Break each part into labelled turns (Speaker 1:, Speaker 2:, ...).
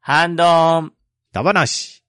Speaker 1: ハンドーン。
Speaker 2: ダバなし。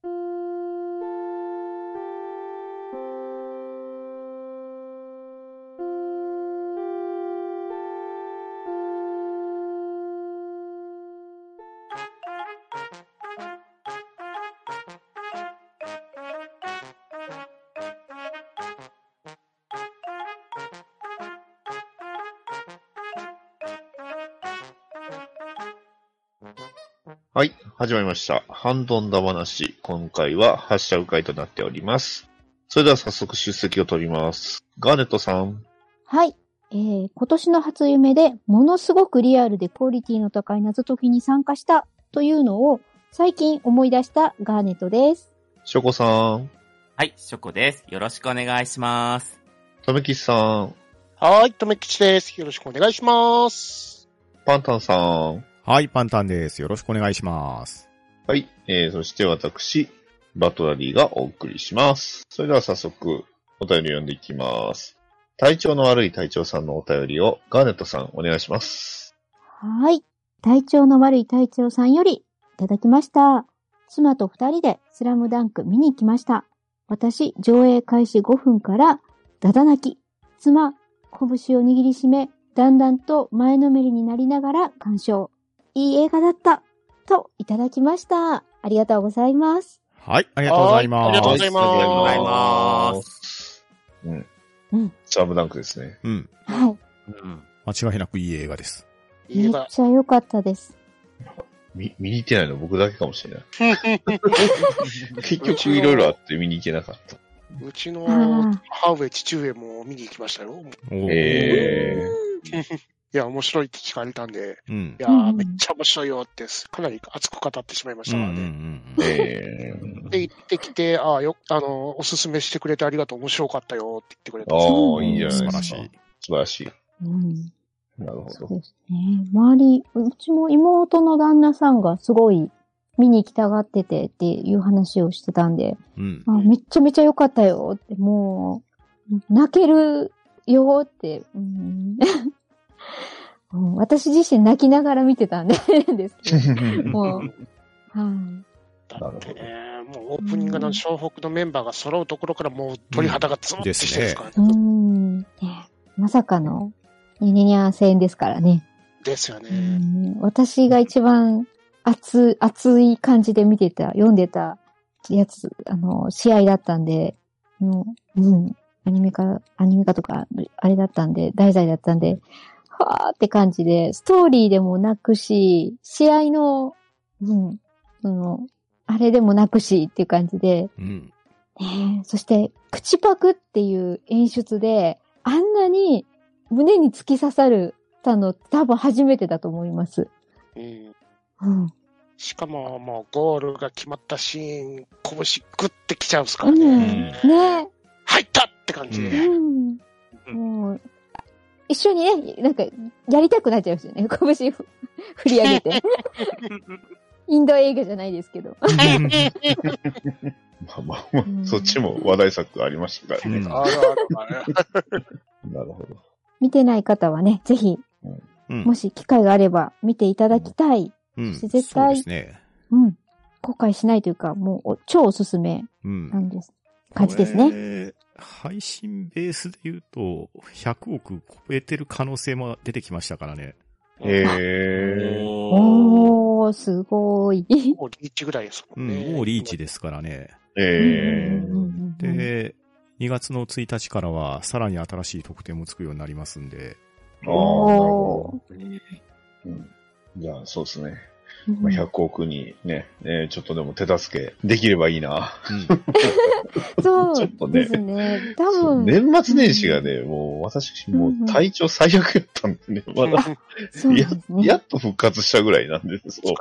Speaker 3: はい、始まりました。ハンドンダ話。今回は発射会となっております。それでは早速出席を取ります。ガーネットさん。
Speaker 4: はい。えー、今年の初夢で、ものすごくリアルでクオリティの高い謎解きに参加したというのを、最近思い出したガーネットです。
Speaker 3: ショコさん。
Speaker 1: はい、ショコです。よろしくお願いします。
Speaker 3: トメキシさん。
Speaker 5: はーい、とめきちです。よろしくお願いします。
Speaker 3: パンタンさん。
Speaker 2: はい、パンタンです。よろしくお願いします。
Speaker 3: はい、えー、そして私、バトラリーがお送りします。それでは早速、お便りを読んでいきます。体調の悪い隊長さんのお便りをガーネットさんお願いします。
Speaker 4: はい。体調の悪い隊長さんより、いただきました。妻と二人でスラムダンク見に行きました。私、上映開始5分から、だだ泣き。妻、拳を握りしめ、だんだんと前のめりになりながら鑑賞。いい映画だった。と、いただきました。ありがとうございます。
Speaker 2: はい、ありがとうございます。
Speaker 5: はいありがとうございます
Speaker 3: ありがとうござ
Speaker 1: あ
Speaker 3: い
Speaker 1: りがとうございま
Speaker 3: ます。うん。
Speaker 4: うん
Speaker 3: スラムダンクですね。
Speaker 2: うん。
Speaker 4: はい。
Speaker 1: うん。
Speaker 2: 間違いなくいい映画です。
Speaker 4: め
Speaker 5: 言
Speaker 4: っ
Speaker 5: えば、
Speaker 4: ちゃ良かったです。
Speaker 3: 見、見に行ってないの僕だけかもしれない。 結局いろいろあって見に行けなかった。
Speaker 5: うちの
Speaker 4: あ
Speaker 5: 母上、父上も見に行きましたよ。
Speaker 2: おー
Speaker 3: え
Speaker 5: いや、面白いって聞かれたんで、
Speaker 2: うん
Speaker 5: い。や
Speaker 4: うんう
Speaker 5: ー、
Speaker 4: ん
Speaker 5: めっちゃ面白いよって、かなり熱く語ってしまいまし
Speaker 2: うんう
Speaker 5: たの
Speaker 2: ん
Speaker 5: で、
Speaker 2: うん
Speaker 3: ー、えー、
Speaker 5: で、行ってきて、ああ、よ、あの、おすすめしてくれてありがとう、面白かったよって言ってくれたんですよ。
Speaker 3: ああ、いいんじゃない
Speaker 2: 素
Speaker 3: で
Speaker 2: 晴
Speaker 3: す
Speaker 2: らし
Speaker 3: か。
Speaker 2: い。
Speaker 3: 素晴らしい。
Speaker 4: ーうん。
Speaker 3: なるほ
Speaker 4: そ
Speaker 3: ど
Speaker 4: う。 ですね。周り、うちも妹の旦那さんがすごい見に行きたがっててっていう話をしてたんで、
Speaker 2: うん。
Speaker 4: あめっちゃめちゃ良かったよって、もう、泣けるよって、うん、 うん私自身泣きながら見てたんで、 ですけど、もう、はい。
Speaker 5: だってね、もうオープニングの湘北のメンバーが揃うところからもう鳥肌がズーンってしてるんですから
Speaker 4: う
Speaker 5: ね。
Speaker 4: ん、ねまさかの、ニニニャー戦ですからね。
Speaker 5: ですよね。
Speaker 4: うん私が一番熱熱い感じで見てた、読んでたやつ、あの、試合だったんで、もう、うん、アニメ化、アニメ化とか、あれだったんで、題材だったんで、はーって感じで、ストーリーでもなくし、試合の、うん、その、あれでもなくしっていう感じで、
Speaker 2: うん。
Speaker 4: ねえそして、口パクっていう演出で、あんなに胸に突き刺さるたの多分初めてだと思います。
Speaker 5: うん
Speaker 4: うん。
Speaker 5: しかも、もうゴールが決まったシーン、拳グッてきちゃうんですか
Speaker 4: う
Speaker 5: らね。
Speaker 4: ん。
Speaker 2: ん
Speaker 4: ねえ。
Speaker 5: 入ったって感じ
Speaker 2: う
Speaker 5: で。
Speaker 4: うん。もう、一緒にね、なんか、やりたくなっちゃいますよね。 拳ふ振り上げて。インド映画じゃないですけど。
Speaker 3: まあまあま
Speaker 4: う
Speaker 3: あ、
Speaker 4: ん
Speaker 3: そっちも話題作ありましたからね。
Speaker 2: うん
Speaker 5: あるあるある。
Speaker 3: なるほど。
Speaker 4: 見てない方はね、ぜひ、
Speaker 2: うん
Speaker 4: もし機会があれば見ていただきたい。
Speaker 2: うん。
Speaker 4: 絶対
Speaker 2: そうですね。
Speaker 4: うん。後悔しないというか、もうお、超おすすめ
Speaker 2: うん
Speaker 4: な。んです。感じですね。
Speaker 2: ね。配信ベースで言うと、100億超えてる可能性も出てきましたからね。
Speaker 3: えー、
Speaker 1: おー。
Speaker 4: おー、すごい。
Speaker 5: もうリーチぐらいです
Speaker 2: う
Speaker 5: もんね。
Speaker 2: ん、もうリーチですからね。
Speaker 3: え
Speaker 4: うんうんうんうん
Speaker 2: で、2月の1日からは、さらに新しい特典もつくようになりますんで。
Speaker 3: ー、ああ、なるほ
Speaker 1: ー
Speaker 3: ど。うんじゃあ、そうですね。
Speaker 4: うん
Speaker 3: まあ、100億にね、えーちょっとでも手助けできればいいな。
Speaker 2: うん。
Speaker 4: そ
Speaker 3: ちょっと
Speaker 4: う
Speaker 3: ね
Speaker 4: ですね。多
Speaker 3: そう
Speaker 4: 分、
Speaker 3: 年末年始がね、もう私、もう体調最悪やったんでね、まだ、
Speaker 4: そうですね。
Speaker 3: やっと復活したぐらいなんです。そう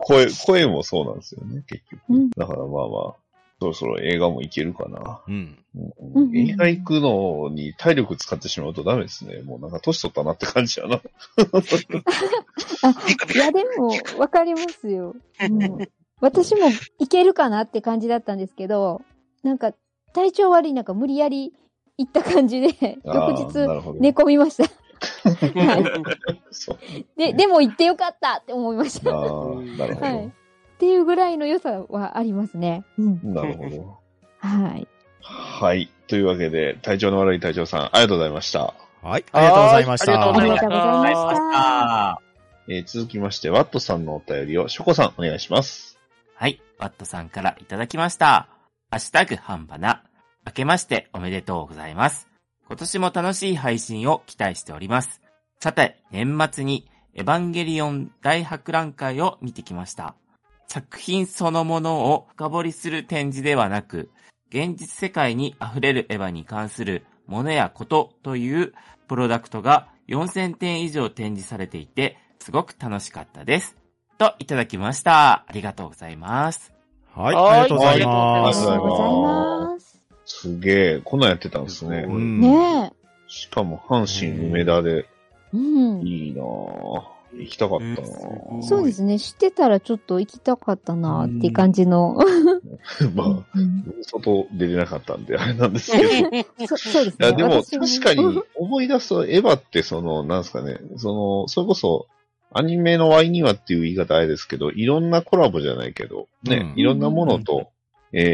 Speaker 3: 声、声もそうなんですよね、結局。
Speaker 4: うん
Speaker 3: だからまあまあ、そろそろ映画もいけるかな。
Speaker 2: うん。
Speaker 3: うん
Speaker 4: うん
Speaker 3: 映画行くのに体力使ってしまうとダメですね。もうなんか年取ったなって感じや な。
Speaker 4: あいや、でも、わかりますよ。うん私もいけるかなって感じだったんですけど、なんか、体調悪いなんか無理やり行った感じで、
Speaker 3: あ
Speaker 4: 翌
Speaker 3: ーな
Speaker 4: 日
Speaker 3: るほど
Speaker 4: 寝込みました。
Speaker 3: そう。
Speaker 4: で、でも行ってよかったって思いまし
Speaker 3: あ
Speaker 4: た。
Speaker 3: あ、なるほど。
Speaker 4: はい。で、っていうぐらいの良さはありますね。うん。
Speaker 3: なるほど。
Speaker 4: はい。
Speaker 3: はい。というわけで、体調の悪い隊長さん、ありがとうございました。
Speaker 2: はい、ありがとうございました。
Speaker 5: はいありがとうご
Speaker 4: あ
Speaker 5: ざ
Speaker 4: り
Speaker 5: い
Speaker 4: が
Speaker 5: ま
Speaker 4: とうございました。
Speaker 3: えー続きまして、ワットさんのお便りを、ショコさん、お願いします。
Speaker 1: はい、ワットさんからいただきました。ハッシュタグ半ばな。明けましておめでとうございます。今年も楽しい配信を期待しております。さて、年末にエヴァンゲリオン大博覧会を見てきました。作品そのものを深掘りする展示ではなく、現実世界に溢れるエヴァに関するものやことというプロダクトが4000点以上展示されていて、すごく楽しかったです。といただきました。ありがとうございます。
Speaker 2: はい、
Speaker 5: はい
Speaker 2: ありがとうござい
Speaker 4: あ
Speaker 2: ま
Speaker 4: り
Speaker 2: す
Speaker 4: がとうございます。
Speaker 3: すげえ、こんなんやってたんですね
Speaker 1: す。
Speaker 2: う
Speaker 1: ごい
Speaker 2: ん。
Speaker 4: ね
Speaker 3: しかも、阪神梅田で、
Speaker 4: え。うん。
Speaker 3: いいなぁ。行きたかったな
Speaker 1: うん
Speaker 3: ぁ。
Speaker 4: そうですね。知ってたらちょっと行きたかったなっていう感じの。
Speaker 3: まあ、
Speaker 4: うん
Speaker 3: 外出れなかったんで、あれなんですけど。い
Speaker 4: そそうですね。
Speaker 3: や、でも、
Speaker 4: 私
Speaker 3: 確か
Speaker 4: うん
Speaker 3: に、思い出すと、エヴァって、その、なんですかね、その、それこそ、アニメの割にはっていう言い方あれですけど、いろんなコラボじゃないけど、ね、
Speaker 2: うん
Speaker 3: いろんなものと、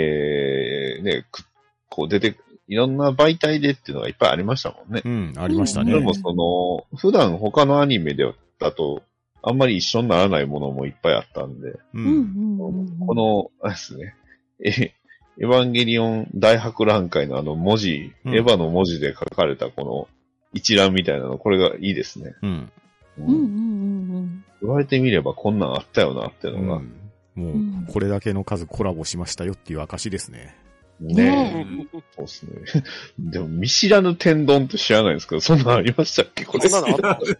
Speaker 3: えー、ね、くこう出て、いろんな媒体でっていうのがいっぱいありましたもんね。
Speaker 2: うん、ありました
Speaker 3: で
Speaker 2: ね
Speaker 3: も、。その、普段他のアニメでだと、あんまり一緒にならないものもいっぱいあったんで、
Speaker 2: う。
Speaker 4: うんうんんうんうん。
Speaker 3: この、あれですね、え、エヴァンゲリオン大博覧会のあの文字、
Speaker 2: うん
Speaker 3: エヴァの文字で書かれたこの一覧みたいなの、これがいいですね。
Speaker 2: うん。
Speaker 3: う
Speaker 4: うんうんんうん
Speaker 3: 言われてみればこんなんあったよなっていううのが、
Speaker 2: んもう、これだけの数コラボしましたよっていう証ですね。
Speaker 3: ねえ、
Speaker 4: ね
Speaker 3: そうですね。 でも見知らぬ天丼って知らないんですけど、そんなんありましたっけこれ。
Speaker 5: そんなのあった
Speaker 3: そ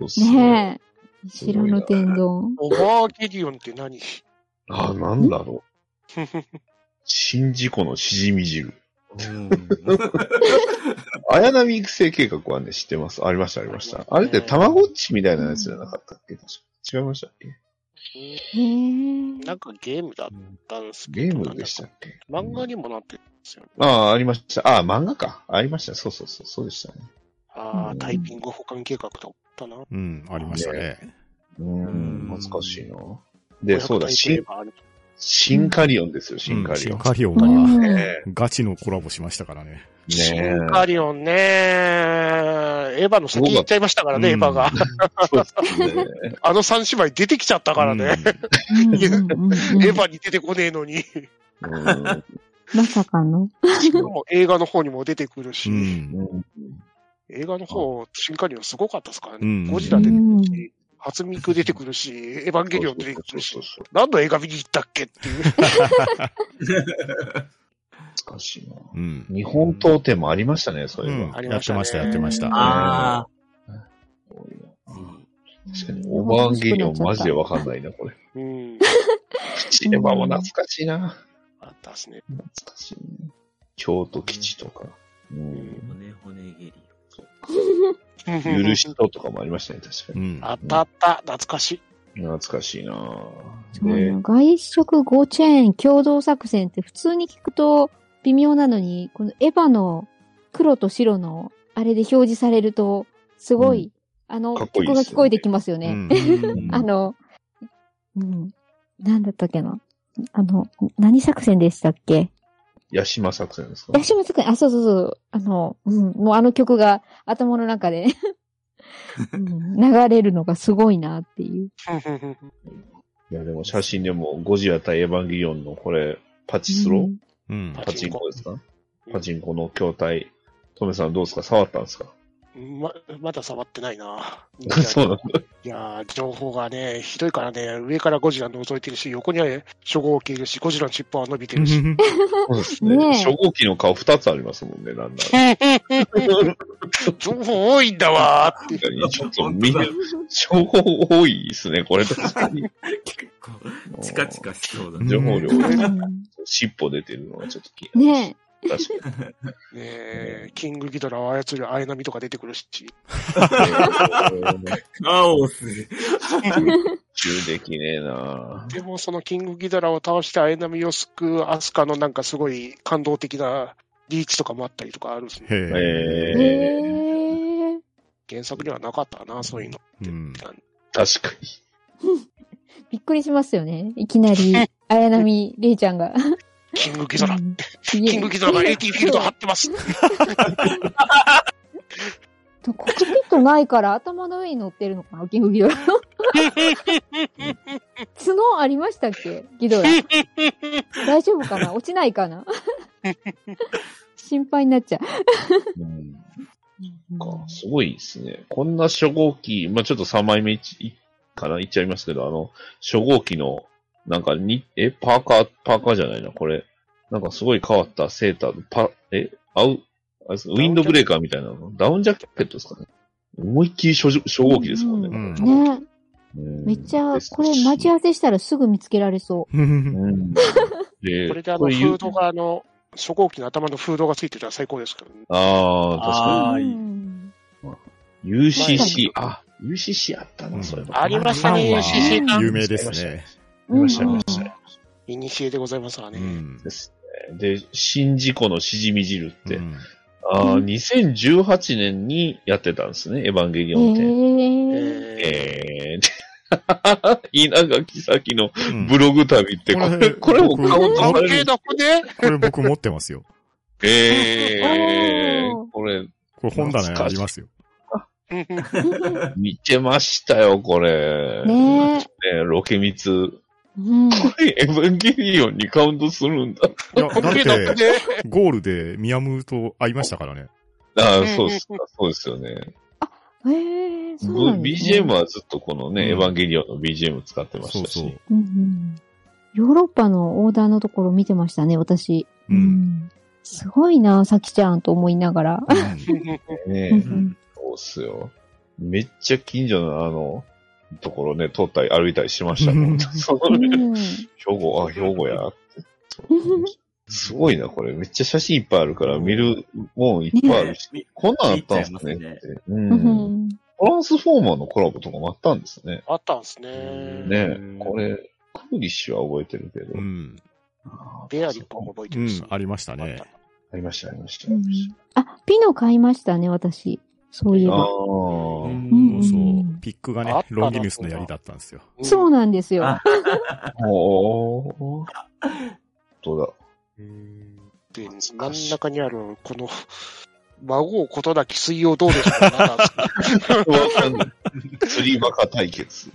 Speaker 3: うっす
Speaker 4: うん。
Speaker 3: ね
Speaker 4: ねえ。知らぬ天丼。
Speaker 5: オバーゲリオンって何
Speaker 3: あ、なんだろう。 新事故のしじみ汁。綾波育成計画はね、知ってます。ありました、ありました。あれって、たまごっちみたいなやつじゃなかったっけ確か違いましたっけ
Speaker 4: へえ。
Speaker 5: なんかゲームだったんですけ
Speaker 3: ゲ
Speaker 5: ど。
Speaker 3: ームでしたっけ
Speaker 5: なんか漫画にもなってるんですよね。
Speaker 3: ああ、ありました。ああ、漫画か。ありました。そうそうそう。そうでしたね。
Speaker 5: あ
Speaker 3: う
Speaker 5: あ、
Speaker 3: ん
Speaker 5: タイピング保管計画だったな。
Speaker 2: うん、ありましたね。
Speaker 3: う
Speaker 1: うん
Speaker 3: ん、懐かしいな。で、
Speaker 5: 500
Speaker 3: そうだ、
Speaker 5: タイプ言え
Speaker 3: 新、
Speaker 5: ばある
Speaker 3: 新カリオンですよ、
Speaker 2: う
Speaker 3: 新
Speaker 2: ん
Speaker 3: カリオ
Speaker 2: シ
Speaker 3: ン
Speaker 2: ン。カリオン
Speaker 4: うん
Speaker 2: は、
Speaker 3: ね
Speaker 2: ガチのコラボしましたからね。
Speaker 3: え
Speaker 5: シ
Speaker 3: ね
Speaker 5: ンカリオンね、エヴァの先行っちゃいましたからね、エ
Speaker 2: うん
Speaker 5: ヴァが。
Speaker 3: えそうですね。
Speaker 5: あの三姉妹出てきちゃったからね。
Speaker 4: うんうんうんうん
Speaker 5: エヴァに出てこねえのに。し
Speaker 3: うん
Speaker 4: まさかの。
Speaker 5: かも映画の方にも出てくる
Speaker 2: う
Speaker 5: し、
Speaker 2: ん。
Speaker 3: うん
Speaker 5: 映画の方、シンカリオンすごかったですから
Speaker 2: う
Speaker 5: ね。
Speaker 2: ん
Speaker 5: ゴジラ出てくる
Speaker 4: う
Speaker 5: し、初ミク出てくるし、エヴァンゲリオン出てくる
Speaker 3: そ
Speaker 5: し
Speaker 3: う、そうそう
Speaker 5: 何の映画見に行ったっけっていう。
Speaker 3: 懐かしいな。
Speaker 2: うん。
Speaker 3: 日本刀店もありましたね、そうれ
Speaker 2: ん
Speaker 3: は。
Speaker 5: あり
Speaker 2: や
Speaker 5: ま
Speaker 2: っ
Speaker 5: してたね
Speaker 2: ました、やってました。
Speaker 1: あ
Speaker 3: 確かに、オーバーンゲリオンマジでわかんないな、これ。
Speaker 5: うん。
Speaker 3: チエヴァも懐かしいな。
Speaker 5: あったですね。
Speaker 3: 懐かしいね。京都基地とか、うん、
Speaker 1: 骨骨ゲリ
Speaker 3: 許しととかもありましたね、確か
Speaker 2: う
Speaker 3: に。
Speaker 2: ん。
Speaker 5: あったあった、懐かしい。
Speaker 3: 懐かしいな
Speaker 4: そう
Speaker 3: で
Speaker 4: な、の外食5チェーン共同作戦って普通に聞くと微妙なのに、このエヴァの黒と白のあれで表示されると、すごい、あの、
Speaker 3: かっこいいで
Speaker 4: 曲が
Speaker 3: すよね
Speaker 4: 聞こえてきますよ
Speaker 2: う
Speaker 4: ね。
Speaker 2: ん
Speaker 3: うん
Speaker 4: あの、うん、なんだったっけな。あの、何作戦でしたっけ
Speaker 3: 八島作戦ですか
Speaker 4: 八島作戦、あ、そうそうそう。あの、うん、もうあの曲が頭の中 で、うん流れるのがすごいなっていう。
Speaker 3: いや、でも写真でも、ゴジラ対エヴァンゲリオンの、これ、パチスロ、
Speaker 4: う
Speaker 2: う
Speaker 4: ん
Speaker 2: ん。
Speaker 3: パチンコですか
Speaker 5: うん
Speaker 3: パチンコの筐体。トメさんどうですか触ったんですか。
Speaker 5: ま、まだ触ってないな
Speaker 3: そうなんだ。
Speaker 5: いやー、情報がね、ひどいからね、上からゴジラ覗いてるし、横には初号機いるし、ゴジラの尻尾は伸びてるし。
Speaker 3: そうです
Speaker 4: ね
Speaker 3: ね。
Speaker 4: え
Speaker 3: 初号機の顔二つありますもんね、 なんだ。
Speaker 5: 情報多いんだわーって。
Speaker 3: 確かに、ちょっと見え、情報多いですね、これ確か に。
Speaker 1: 結構、チカチカしそうだ
Speaker 2: ね
Speaker 1: ね。
Speaker 3: 情報量、
Speaker 4: うん
Speaker 3: 尻尾出てるのがちょっと気になる。
Speaker 4: ね
Speaker 3: 確かに。
Speaker 5: ねえキングギドラを操る綾波とか出てくるし。
Speaker 1: カオス。
Speaker 3: 中できねえな
Speaker 5: でもそのキングギドラを倒して綾波を救うアスカのなんかすごい感動的なリーチとかもあったりとかあるんですね。
Speaker 2: へ
Speaker 4: え。
Speaker 2: え。
Speaker 3: え
Speaker 4: へえ。
Speaker 5: 原作にはなかったな、そういうの。
Speaker 2: うん。
Speaker 3: 確かに。
Speaker 4: くりしますよね。いきなり、綾波レイちゃんが。
Speaker 5: キングギドラ
Speaker 4: う。ん
Speaker 5: キングギドラが AT フィールド張ってます。
Speaker 4: コックピットないから頭の上に乗ってるのかな、キングギド ラ。角ありましたっけギドラ。大丈夫かな落ちないか な心配になっちゃう。
Speaker 3: うんかすごいですね。こんな初号機、まあ、ちょっと3枚目いちいかな、いっちゃいますけど、あの、初号機の、なんかに、え、パーカー、パーカーじゃないな、これ。なんかすごい変わったセーターの、パ、え、合う、あれですウィンドブレーカーみたいなのダウンジャケットですかね。思いっきり初初号機ですもんね。
Speaker 2: うん
Speaker 4: ね
Speaker 3: うん
Speaker 4: めっちゃ、これ待ち合わせしたらすぐ見つけられそう。
Speaker 3: うん で、
Speaker 5: これであの、
Speaker 3: こ
Speaker 5: フ
Speaker 3: れ言う
Speaker 5: ードが、あの、初号機の頭のフードがついてたら最高ですけどね。
Speaker 3: ああ、確かに。
Speaker 1: あーいい
Speaker 4: うん。
Speaker 3: UCC、あ、UCC あったな、それ
Speaker 2: うん
Speaker 3: も。
Speaker 5: ありましたね、
Speaker 2: あ
Speaker 5: UCC
Speaker 2: 有
Speaker 5: 館。
Speaker 2: 名ですね。
Speaker 3: ありました、ありました。
Speaker 5: いにしえでございますわ
Speaker 2: う
Speaker 5: ね。
Speaker 2: ん。
Speaker 3: ですね。で、宍道湖のしじみ汁って、
Speaker 2: うん
Speaker 3: ああ、
Speaker 4: うん
Speaker 3: 2018年にやってたんですね、エヴァンゲリ
Speaker 4: え
Speaker 3: オン展。
Speaker 4: ー。
Speaker 5: え
Speaker 3: えー、 稲垣咲の
Speaker 2: うん
Speaker 3: ブログ旅って、
Speaker 2: うん
Speaker 3: これ、
Speaker 2: こ
Speaker 3: こ
Speaker 2: れ
Speaker 3: れも
Speaker 2: 僕
Speaker 3: カウン
Speaker 5: ー、
Speaker 3: ト
Speaker 5: 関
Speaker 3: され
Speaker 5: 係
Speaker 3: る。
Speaker 5: なくね。
Speaker 2: これ僕持ってますよ。
Speaker 3: え
Speaker 4: お
Speaker 3: ー、
Speaker 4: ー
Speaker 3: これ、
Speaker 2: これ本棚にありますよ。
Speaker 3: 見てましたよ、これ。
Speaker 4: ねえ。
Speaker 3: ねロケ密。
Speaker 4: うん。
Speaker 3: これ エヴァンゲリオンにカウントするんだ。
Speaker 2: いや、だ
Speaker 5: 関
Speaker 2: っ
Speaker 5: 係なく
Speaker 2: て、
Speaker 5: ね。
Speaker 2: ゴールでミヤムーと会いましたからね。
Speaker 3: ああ、そうっすか、そうですよね。
Speaker 4: へえ、そうなんですね
Speaker 3: BGM はずっとこのね、
Speaker 2: うん
Speaker 3: エヴァンゲリオンの BGM 使ってま
Speaker 2: そ
Speaker 3: し
Speaker 2: う
Speaker 3: たし。
Speaker 2: そう。
Speaker 4: うんうんヨーロッパのオーダーのところ見てましたね、私。
Speaker 2: うん
Speaker 4: んすごいな、さきちゃんと思いながら。
Speaker 3: ね
Speaker 4: う
Speaker 3: え
Speaker 4: んうん
Speaker 3: そうっすよ。めっちゃ近所のあの、ところね、通ったり歩いたりしましたも
Speaker 2: うん
Speaker 3: ん。 その兵庫、あ、兵庫や。すごいな、これ。めっちゃ写真いっぱいあるから、見るもんいっぱいあるし、
Speaker 1: ね
Speaker 3: こんなんあったんですね
Speaker 1: 見ちゃい
Speaker 3: っ
Speaker 1: ま
Speaker 3: て。う。
Speaker 4: うんん
Speaker 3: トランスフォーマーのコラボとかもあったんですね。
Speaker 5: あったんです
Speaker 1: うん
Speaker 5: ね。
Speaker 3: ねえこれ、クーリッシュは覚えてるけど。
Speaker 2: うん。
Speaker 5: ベアリップも覚えて
Speaker 2: う
Speaker 5: ま
Speaker 2: ん
Speaker 5: す。、
Speaker 2: ありましたね。
Speaker 3: ありました、ありました。
Speaker 4: うんあ、ピノ買いましたね、私。そういえ
Speaker 3: あ
Speaker 4: ば。
Speaker 1: う
Speaker 3: あ。
Speaker 4: うん
Speaker 1: ん
Speaker 2: そうそう。ピックが
Speaker 5: あ
Speaker 2: ね
Speaker 5: っ、たな
Speaker 2: ロンギヌスの槍だったんですよ。
Speaker 4: そうなんですよ。
Speaker 1: あ
Speaker 3: おー。どうだ。
Speaker 5: で、真ん中にある、この、孫をことなき水曜どうでしょうかなんか
Speaker 3: わかんない。釣りバカ対決。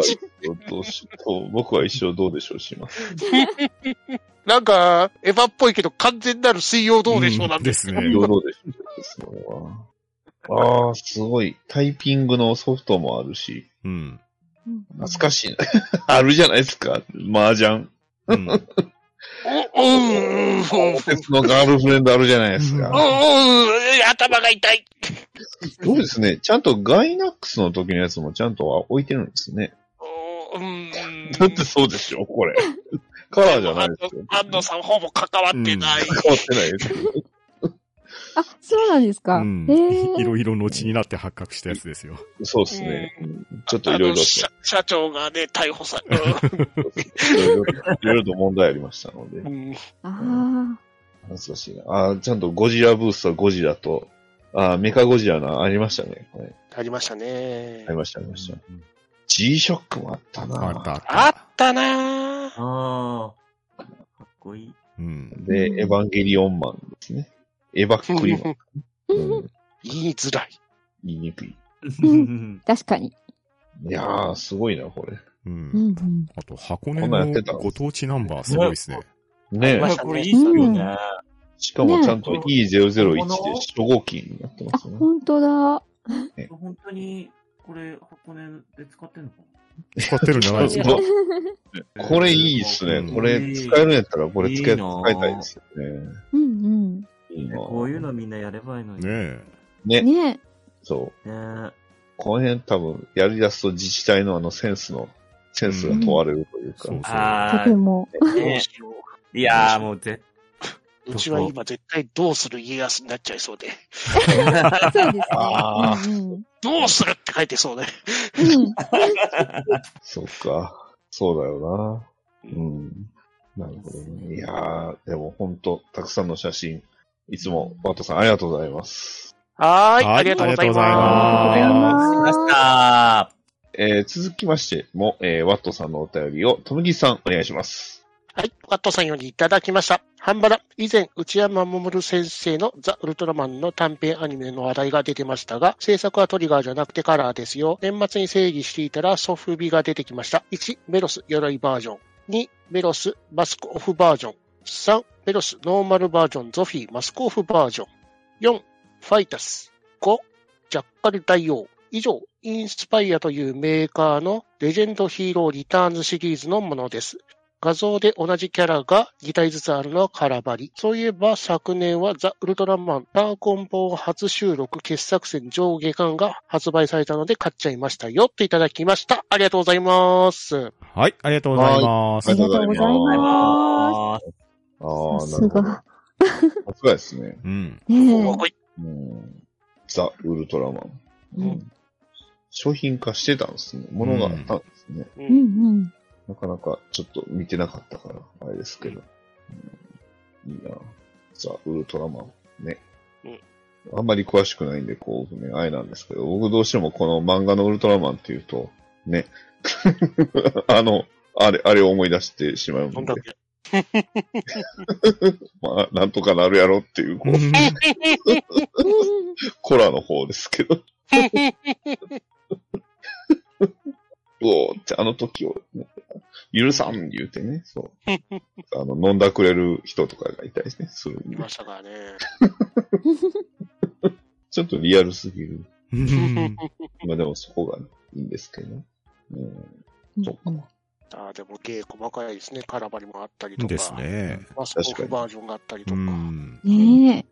Speaker 5: 時、
Speaker 3: どうしどう僕は一生どうでしょうします。
Speaker 5: なんか、エヴァっぽいけど完全なる水曜どうでしょうなんです。
Speaker 2: すね。
Speaker 3: 一生どうでしょうです。それはああ、すごい。タイピングのソフトもあるし、
Speaker 2: うん。
Speaker 3: 懐かしいな。あるじゃないですか。麻雀。
Speaker 2: うん。
Speaker 5: おうん、うん、うん
Speaker 3: 鉄のガールフレンドあるじゃないですか。
Speaker 5: うん頭が痛い。
Speaker 3: そうですね。ちゃんとガイナックスの時のやつもちゃんと置いてるんですね。
Speaker 5: うん。
Speaker 3: だってそうでしょ、これ。カラーじゃないですよ。
Speaker 5: 安藤さんほぼ関わってない。
Speaker 3: 変わってないですよ。
Speaker 4: あ、そうなんですか。
Speaker 2: う
Speaker 4: え
Speaker 2: んい
Speaker 4: ー
Speaker 2: ろいろ後になって発覚したやつですよ。
Speaker 3: そうですね。ちょっと
Speaker 5: あ
Speaker 3: いろいろ
Speaker 5: の
Speaker 3: と。
Speaker 5: 社社長がね、逮捕され、
Speaker 3: いろいろといろいろと問題ありましたので
Speaker 5: う。ん、
Speaker 4: あ
Speaker 3: 懐かしいな。あーちゃんとゴジラブースとゴジラと、あーメカゴジラのありましたね。これ
Speaker 5: ありましたね
Speaker 3: あり。ました、ありました。G ショックもあったな。
Speaker 2: あったあっ。
Speaker 5: あったたなぁ。
Speaker 1: ああ。かっこいい。
Speaker 2: うん。
Speaker 3: で、
Speaker 4: うん
Speaker 3: エヴァンゲリオンマンですね。エヴァクリマン。うん、
Speaker 5: 言いづらい。
Speaker 3: 言いにくい。
Speaker 4: ん確かに。
Speaker 3: いやー、すごいな、これ。
Speaker 2: う。
Speaker 4: うんん
Speaker 2: あと、箱根
Speaker 3: こんなんやってた
Speaker 2: のご当地ナンバーすごいですね。
Speaker 3: ね
Speaker 1: まあ、
Speaker 3: え。
Speaker 1: これいいっすよ
Speaker 4: うん
Speaker 1: ね。
Speaker 3: しかもちゃんと
Speaker 1: ね
Speaker 3: E001 で初号機になってま
Speaker 4: あ、
Speaker 3: すね。
Speaker 4: 本当だ。
Speaker 1: 本当に、これ、箱根で使ってんのか
Speaker 2: 使ってるんじゃないです か。
Speaker 1: な
Speaker 3: これいいっす
Speaker 2: うん
Speaker 3: ね。これ使えるんやったら、これ使
Speaker 1: い
Speaker 3: え
Speaker 1: いなー
Speaker 3: 使いたいですよね。
Speaker 4: うん
Speaker 3: いいなー
Speaker 1: こういうのみんなやればいいのに。
Speaker 2: ねえ。
Speaker 4: う
Speaker 3: ね
Speaker 4: ん。ね
Speaker 3: そう。
Speaker 1: ね
Speaker 3: この辺多分、やり出すと自治体のあのセンスの、センスが問われるというか。
Speaker 2: うんそう
Speaker 4: と
Speaker 1: あ
Speaker 4: ても。
Speaker 1: あ、
Speaker 5: どう
Speaker 1: ね
Speaker 5: しよ
Speaker 1: いやーもう絶
Speaker 5: う。うちは今絶対どうする家康になっちゃいそうで。
Speaker 4: そうですね。
Speaker 3: あ
Speaker 4: うんうん
Speaker 5: どうするって書いてそうで。
Speaker 4: うん
Speaker 3: そうか。そうだよな。うん。なるほどね。いやー、でも本当たくさんの写真、いつも、ワトさんありがとうございます。
Speaker 5: はーい、
Speaker 2: はい
Speaker 5: ありがとうござい
Speaker 2: ありがとうござい
Speaker 5: ま
Speaker 2: ます
Speaker 5: す。
Speaker 2: ありがとうござい
Speaker 1: しました。
Speaker 3: えー続きましても、えーワットさんのお便りを、とむぎさん、お願いします。
Speaker 5: はい、ワットさんよりいただきました。ハンバラ、以前、内山守先生のザ・ウルトラマンの短編アニメの話題が出てましたが、制作はトリガーじゃなくてカラーですよ。年末に整理していたら、ソフビが出てきました。1、メロス鎧バージョン。2、メロスマスクオフバージョン。3、メロスノーマルバージョン、ゾフィーマスクオフバージョン。4、ファイタス。5、ジャッカル大王。以上、インスパイアというメーカーのレジェンドヒーローリターンズシリーズのものです。画像で同じキャラが2体ずつあるのは空張り。そういえば昨年はザ・ウルトラマンターコンボ初収録傑作戦上下巻が発売されたので買っちゃいましたよっていただきました。ありがとうございます。
Speaker 2: はい、ありがとうございま
Speaker 4: あ
Speaker 2: す
Speaker 4: り。がとうございま
Speaker 3: あー、
Speaker 4: す。
Speaker 3: な
Speaker 4: す
Speaker 3: る
Speaker 4: ご
Speaker 3: ほ
Speaker 4: い
Speaker 3: ど。。さすがですね。
Speaker 2: うん。
Speaker 4: ねえ。
Speaker 3: うんザ・ウルトラマン。
Speaker 4: う
Speaker 5: うんん
Speaker 3: 商品化してたんですね。ものがあったんですね。
Speaker 4: うんうん。
Speaker 3: なかなかちょっと見てなかったから、あれですけど。うんいいなザ・ウルトラマン。ね
Speaker 5: うん。
Speaker 3: あんまり詳しくないんで、こう、ね、あれなんですけど、僕どうしてもこの漫画のウルトラマンっていうと、ね。 あの、あれ、あれを思い出してしまう
Speaker 5: なん
Speaker 3: んで
Speaker 5: だっ、け
Speaker 3: まあ、なんとかなるやろっていう、こう、コラの方ですけど。 おーって、あの時を、許さん言うてね、そう。あの、飲んだくれる人とかがいたりね、そうい
Speaker 5: いうま。したからね。
Speaker 3: ちょっとリアルすぎる。
Speaker 2: うん
Speaker 3: まあでもそこがいいんですけどね。うん、そっか。
Speaker 5: ああ、でも芸細かいですね。空張りもあったりと か。
Speaker 2: ですね。
Speaker 5: マスクオフバージョンがあったりと
Speaker 2: う
Speaker 5: か。
Speaker 2: ん。
Speaker 4: ね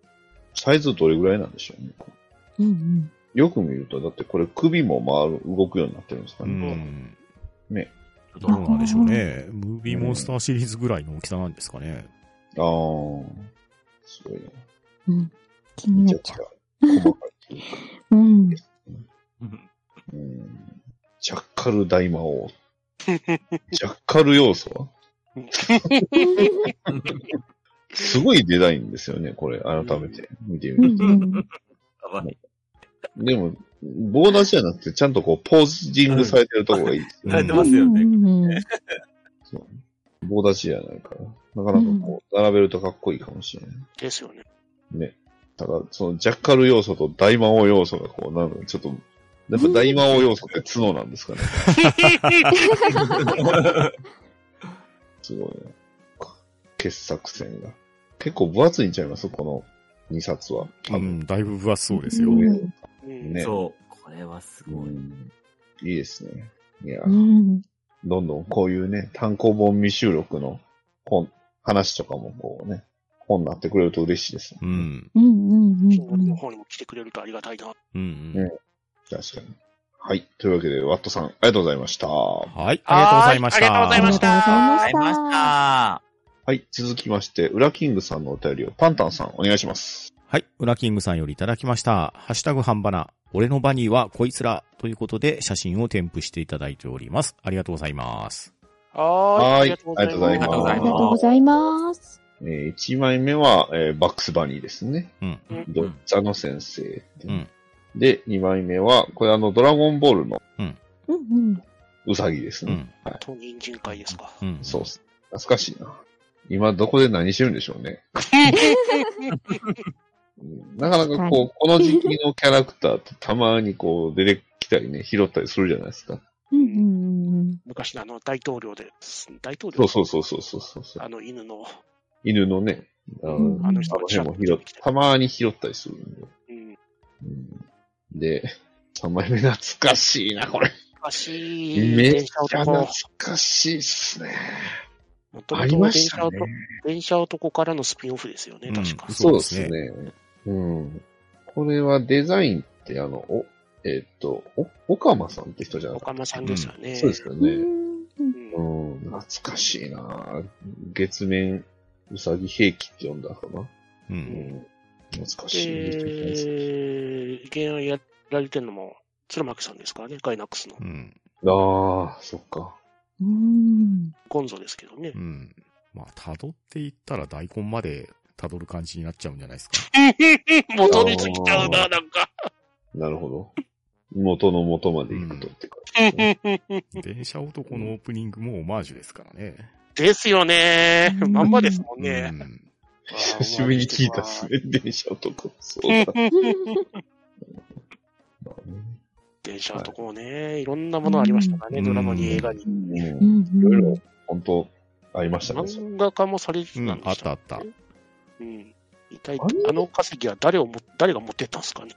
Speaker 3: サイズどれぐらいなんでしょうね。
Speaker 4: え。うん
Speaker 3: よく見ると、だってこれ首も回る、動くようになってるんですか
Speaker 2: う
Speaker 3: ね。
Speaker 2: ん。
Speaker 3: ね。
Speaker 2: どうなんでしょうね。ムービーモンスターシリーズぐらいの大きさなんですかね。
Speaker 3: あー、すごいな。
Speaker 4: うん。うん。気に
Speaker 3: め
Speaker 4: な
Speaker 3: ちゃ
Speaker 4: っ
Speaker 3: く
Speaker 4: ち
Speaker 3: ち
Speaker 4: ゃ
Speaker 3: ゃ細かいっていうか。
Speaker 4: う。うん。
Speaker 3: うんジャッカル大魔王。ジャッカル要素はすごいデザインですよね、これ、改めて見てみ
Speaker 4: う
Speaker 3: る
Speaker 4: んうん
Speaker 3: と。でも、棒出しじゃなくて、ちゃんとこう、ポージングされてるとこがいいです
Speaker 2: うん
Speaker 3: よ
Speaker 2: な
Speaker 3: ね
Speaker 2: ん
Speaker 1: 出ますよね
Speaker 4: ね。
Speaker 3: そう棒出しじゃないから。なかなかこう、並べるとかっこいいかもしれない。
Speaker 5: ですよね。
Speaker 3: ね。ただ、その、ジャッカル要素と大魔王要素がこう、なんかちょっと、やっぱ大魔王要素って角なんですかね。 すごいな。傑作戦が。結構分厚いんちゃいますこの2冊は。
Speaker 2: う
Speaker 3: 多分。
Speaker 2: ん、だいぶ分厚そうですよ。
Speaker 4: うん
Speaker 5: うん
Speaker 3: ね
Speaker 1: そう。これはすごい。
Speaker 3: いいですね。いや、
Speaker 4: うん。
Speaker 3: どんどんこういうね、単行本未収録の本、話とかもこうね、本になってくれると嬉しいですね。
Speaker 2: うん。
Speaker 4: うんうん
Speaker 5: そうの
Speaker 4: ん。
Speaker 5: 方にも来てくれるとありがたいな。
Speaker 2: うん。
Speaker 3: ね確かに。はい。というわけで、ワットさん、ありがとうございました。は
Speaker 2: はい、ありがとうございました。
Speaker 5: はいありがとうございました
Speaker 1: ありがとうございました。
Speaker 3: い。続きまして、ウラキングさんのお便りをパンタンさん、お願いします。
Speaker 2: はい。ウラキングさんよりいただきました。ハッシュタグ半ばな。俺のバニーはこいつら。ということで、写真を添付していただいております。ありがとうございます。
Speaker 5: はーい。
Speaker 3: はーい
Speaker 5: ありがとうござい
Speaker 1: ありがとうござ
Speaker 4: あ
Speaker 1: い
Speaker 4: りが
Speaker 5: ます
Speaker 1: ま
Speaker 4: とうございます。
Speaker 3: えー、1枚目は、えーバックスバニーですね。
Speaker 2: うん。
Speaker 3: ドッチャの先生って
Speaker 2: うん
Speaker 3: で、2枚目は、これあの、ドラゴンボールの
Speaker 4: うんうん。
Speaker 3: ウサギです
Speaker 2: う
Speaker 3: ね。
Speaker 2: ん。
Speaker 5: と人参会ですか。
Speaker 2: うん。
Speaker 3: そうっす。懐かしいな。今どこで何してるんでしょうね。うんなかなかこう、この時期のキャラクターってたまにこう出てきたりね、拾ったりするじゃないですか。
Speaker 4: うんうん
Speaker 5: 昔のあの大統領です。大統
Speaker 3: そ
Speaker 5: 領
Speaker 3: うそうそうそうそうそう。
Speaker 5: あの犬の。
Speaker 3: 犬のね、あの
Speaker 4: うん
Speaker 5: あの
Speaker 3: あ
Speaker 5: 人
Speaker 3: の
Speaker 5: がシャ
Speaker 3: 辺
Speaker 5: ッ
Speaker 3: も拾っ
Speaker 5: と出てきて
Speaker 3: たまに拾ったりするんで。
Speaker 5: うん。
Speaker 3: うんで、3枚目懐かしいな、これ。
Speaker 5: 難しい。
Speaker 3: めっ
Speaker 5: 電
Speaker 3: ち
Speaker 5: 車
Speaker 3: ゃ
Speaker 5: 男
Speaker 3: 懐。かしいっすね。
Speaker 5: もと
Speaker 3: あ
Speaker 5: も
Speaker 3: り
Speaker 5: と
Speaker 3: ま
Speaker 5: 電
Speaker 3: した
Speaker 5: 車
Speaker 3: ね
Speaker 5: 男。電車男からのスピンオフですよね、確か
Speaker 2: うん。
Speaker 3: そ
Speaker 2: そうう
Speaker 3: で
Speaker 2: ですす
Speaker 3: ね
Speaker 2: ね。
Speaker 3: うん。これはデザインって、あの、お、えっ、と、お、岡間さんって人じゃなか
Speaker 5: 岡
Speaker 3: っ
Speaker 5: 間さんですよね。
Speaker 3: た。そうですよ
Speaker 4: うん。う
Speaker 3: ね。
Speaker 4: ん
Speaker 5: う
Speaker 3: うんん、懐かしいな月面うさぎ兵器って呼んだのかな。
Speaker 2: う。
Speaker 3: うんん。懐かしい。
Speaker 5: で、原案やられてるのも、鶴巻さんですからね、ガイナックスの
Speaker 2: う。ん。
Speaker 3: ああ、そっか。
Speaker 4: うん。
Speaker 5: ゴンゾですけどね
Speaker 2: う。ん。まあ、辿っていったら大根まで辿る感じになっちゃうんじゃないですか。
Speaker 5: 戻りすぎちゃうな、なんか。
Speaker 3: なるほど。元の元まで行くとって感じ
Speaker 2: 電車男のオープニングもオマージュですからね。
Speaker 5: ですよね。
Speaker 4: うん
Speaker 5: まんまですもんね。
Speaker 2: うん
Speaker 3: 久しぶりに聞いたっすね、電車男。そうだ。
Speaker 5: 電車とこうね、いろんなものありましたからね、
Speaker 2: うん
Speaker 5: ドラマに映画に。
Speaker 3: うん
Speaker 4: う
Speaker 3: い
Speaker 4: んうん
Speaker 3: ろいろ、本当ありましたね。
Speaker 5: 漫画化もされてたん
Speaker 2: う
Speaker 5: で
Speaker 2: ん、あっ
Speaker 5: した
Speaker 2: あ
Speaker 5: た。
Speaker 2: った。
Speaker 5: うん。一体
Speaker 3: あん、な
Speaker 5: あの稼ぎは誰をも、誰が持ってったんですかね。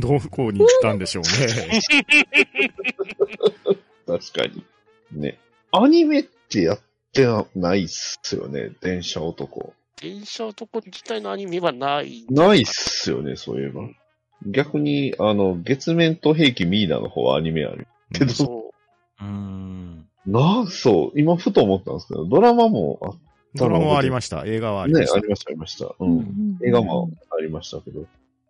Speaker 2: どこに来た んでしょうね。
Speaker 3: 確かに。ね。アニメってやってないっすよね、電車男。
Speaker 5: 電車とこ自体のアニメはない。
Speaker 3: ないっすよね、そういえば。逆に、あの、月面と兵器ミーナの方はアニメある。けど
Speaker 5: そう
Speaker 1: ー
Speaker 3: なんそう、今ふと思ったんですけど、ドラマもあっ
Speaker 2: ドラマはありました。映画はあ
Speaker 3: た
Speaker 2: りま
Speaker 3: ね
Speaker 2: し、た。
Speaker 3: ありました、ありました。う。
Speaker 4: うんん
Speaker 3: 映画もありましたけど、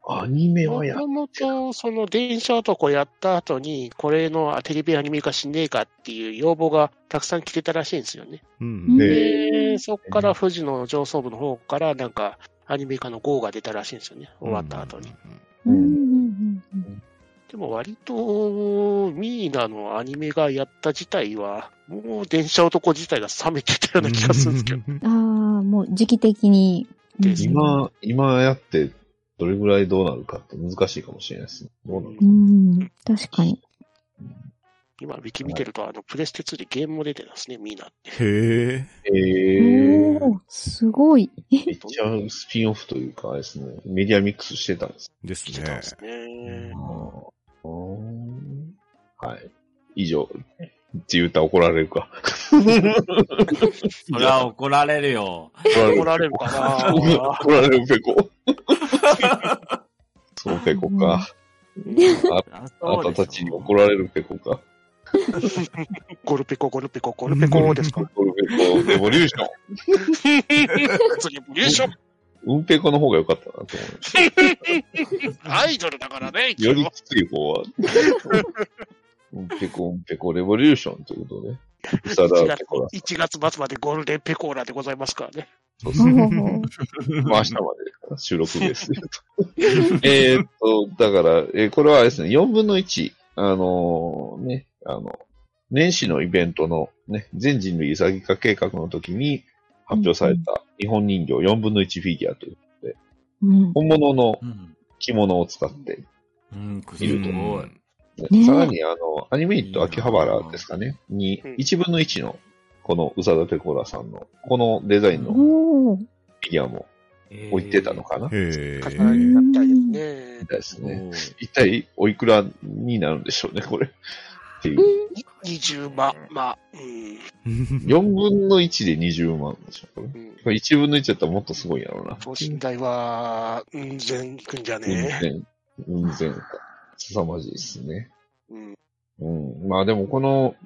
Speaker 3: アニメ
Speaker 5: う。
Speaker 3: は
Speaker 5: も
Speaker 3: や
Speaker 5: ともと、その電車とこやった後に、これのテレビアニメ化しねえかっていう要望がたくさん来てたらしいんですよね。
Speaker 2: うん。
Speaker 3: ね
Speaker 4: へ
Speaker 5: で、そっから富士の上層部の方から、なんか、アニメ化の号が出たらしいんですよね。終わった後に。
Speaker 2: うん。
Speaker 4: うんうん
Speaker 5: でも割と、ミーナのアニメがやった自体は、もう電車男自体が冷めてたような気がするんですけど。
Speaker 4: うんああ、もう時期的に。
Speaker 5: です
Speaker 3: 今、今やって、どれぐらいどうなるかって難しいかもしれないですね。どうなる
Speaker 4: う
Speaker 3: か。
Speaker 4: ん、確かに。
Speaker 5: 今、ウィキ見てると、あの、プレステ2でゲームも出てますね、ミーナって。
Speaker 2: へえ。
Speaker 3: えー、
Speaker 4: おお、すごい。
Speaker 3: めっちゃスピンオフというか、あれですね、メディアミックスしてたんです。
Speaker 2: です
Speaker 5: 来てたん
Speaker 2: ね
Speaker 5: で。すね。
Speaker 3: あーはい。以上。って言ったら怒られるか。
Speaker 1: それは怒られるよ。
Speaker 5: 怒られるかな
Speaker 3: 怒られるペ コ。そうペコか。
Speaker 1: あ
Speaker 3: あなたたちに怒られるペコか。。
Speaker 5: ゴルペコ、ゴルペコ、ゴルペコですか
Speaker 3: 怒るペコ、レボリューション。
Speaker 5: 次、優勝
Speaker 3: うんペコの方が良かったなと思います。
Speaker 5: アイドルだからね、一
Speaker 3: より
Speaker 5: 応。
Speaker 3: きつい方 は。うんぺこうんぺこレボリューションということね。宇佐田
Speaker 5: 1月
Speaker 3: ペコラ
Speaker 5: 1月末までゴールデンペコーラでございますからね。
Speaker 4: おー
Speaker 3: まあ明日まで収録です。えーっと、だから、えーこれはあれですね、4分の1、あのーね、あの、年始のイベントのね、全人類潔化計画の時に発表された日本人形4分の1フィギュアという、
Speaker 4: うん
Speaker 3: 本物の
Speaker 1: うん。
Speaker 3: 着物を使って、
Speaker 1: うん、これすごい。
Speaker 3: ね
Speaker 4: ねえ
Speaker 3: さらにあの、アニメイット秋葉原ですかね、に
Speaker 5: うん
Speaker 3: 1分の1のこの宇佐田ペコラさんのこのデザインのフ
Speaker 4: おー
Speaker 3: ィギュアも置いてたのかな、
Speaker 2: へ
Speaker 5: 重な
Speaker 2: え。
Speaker 5: りだったりですね
Speaker 3: み。たいですね。
Speaker 1: ね。
Speaker 3: 一体おいくらになるんでしょうね、これ。っていう。
Speaker 5: 20万、まあ、うん。
Speaker 3: 4分の1で20万でしょ、これ。
Speaker 5: うん
Speaker 3: これ1分の1だったらもっとすごいやろうな。
Speaker 5: 等身大は、うん、全いくんじゃ
Speaker 3: 運
Speaker 5: ね
Speaker 3: 転、運転か。凄まじいですね。
Speaker 5: え。うん。
Speaker 3: うん。まあでもこの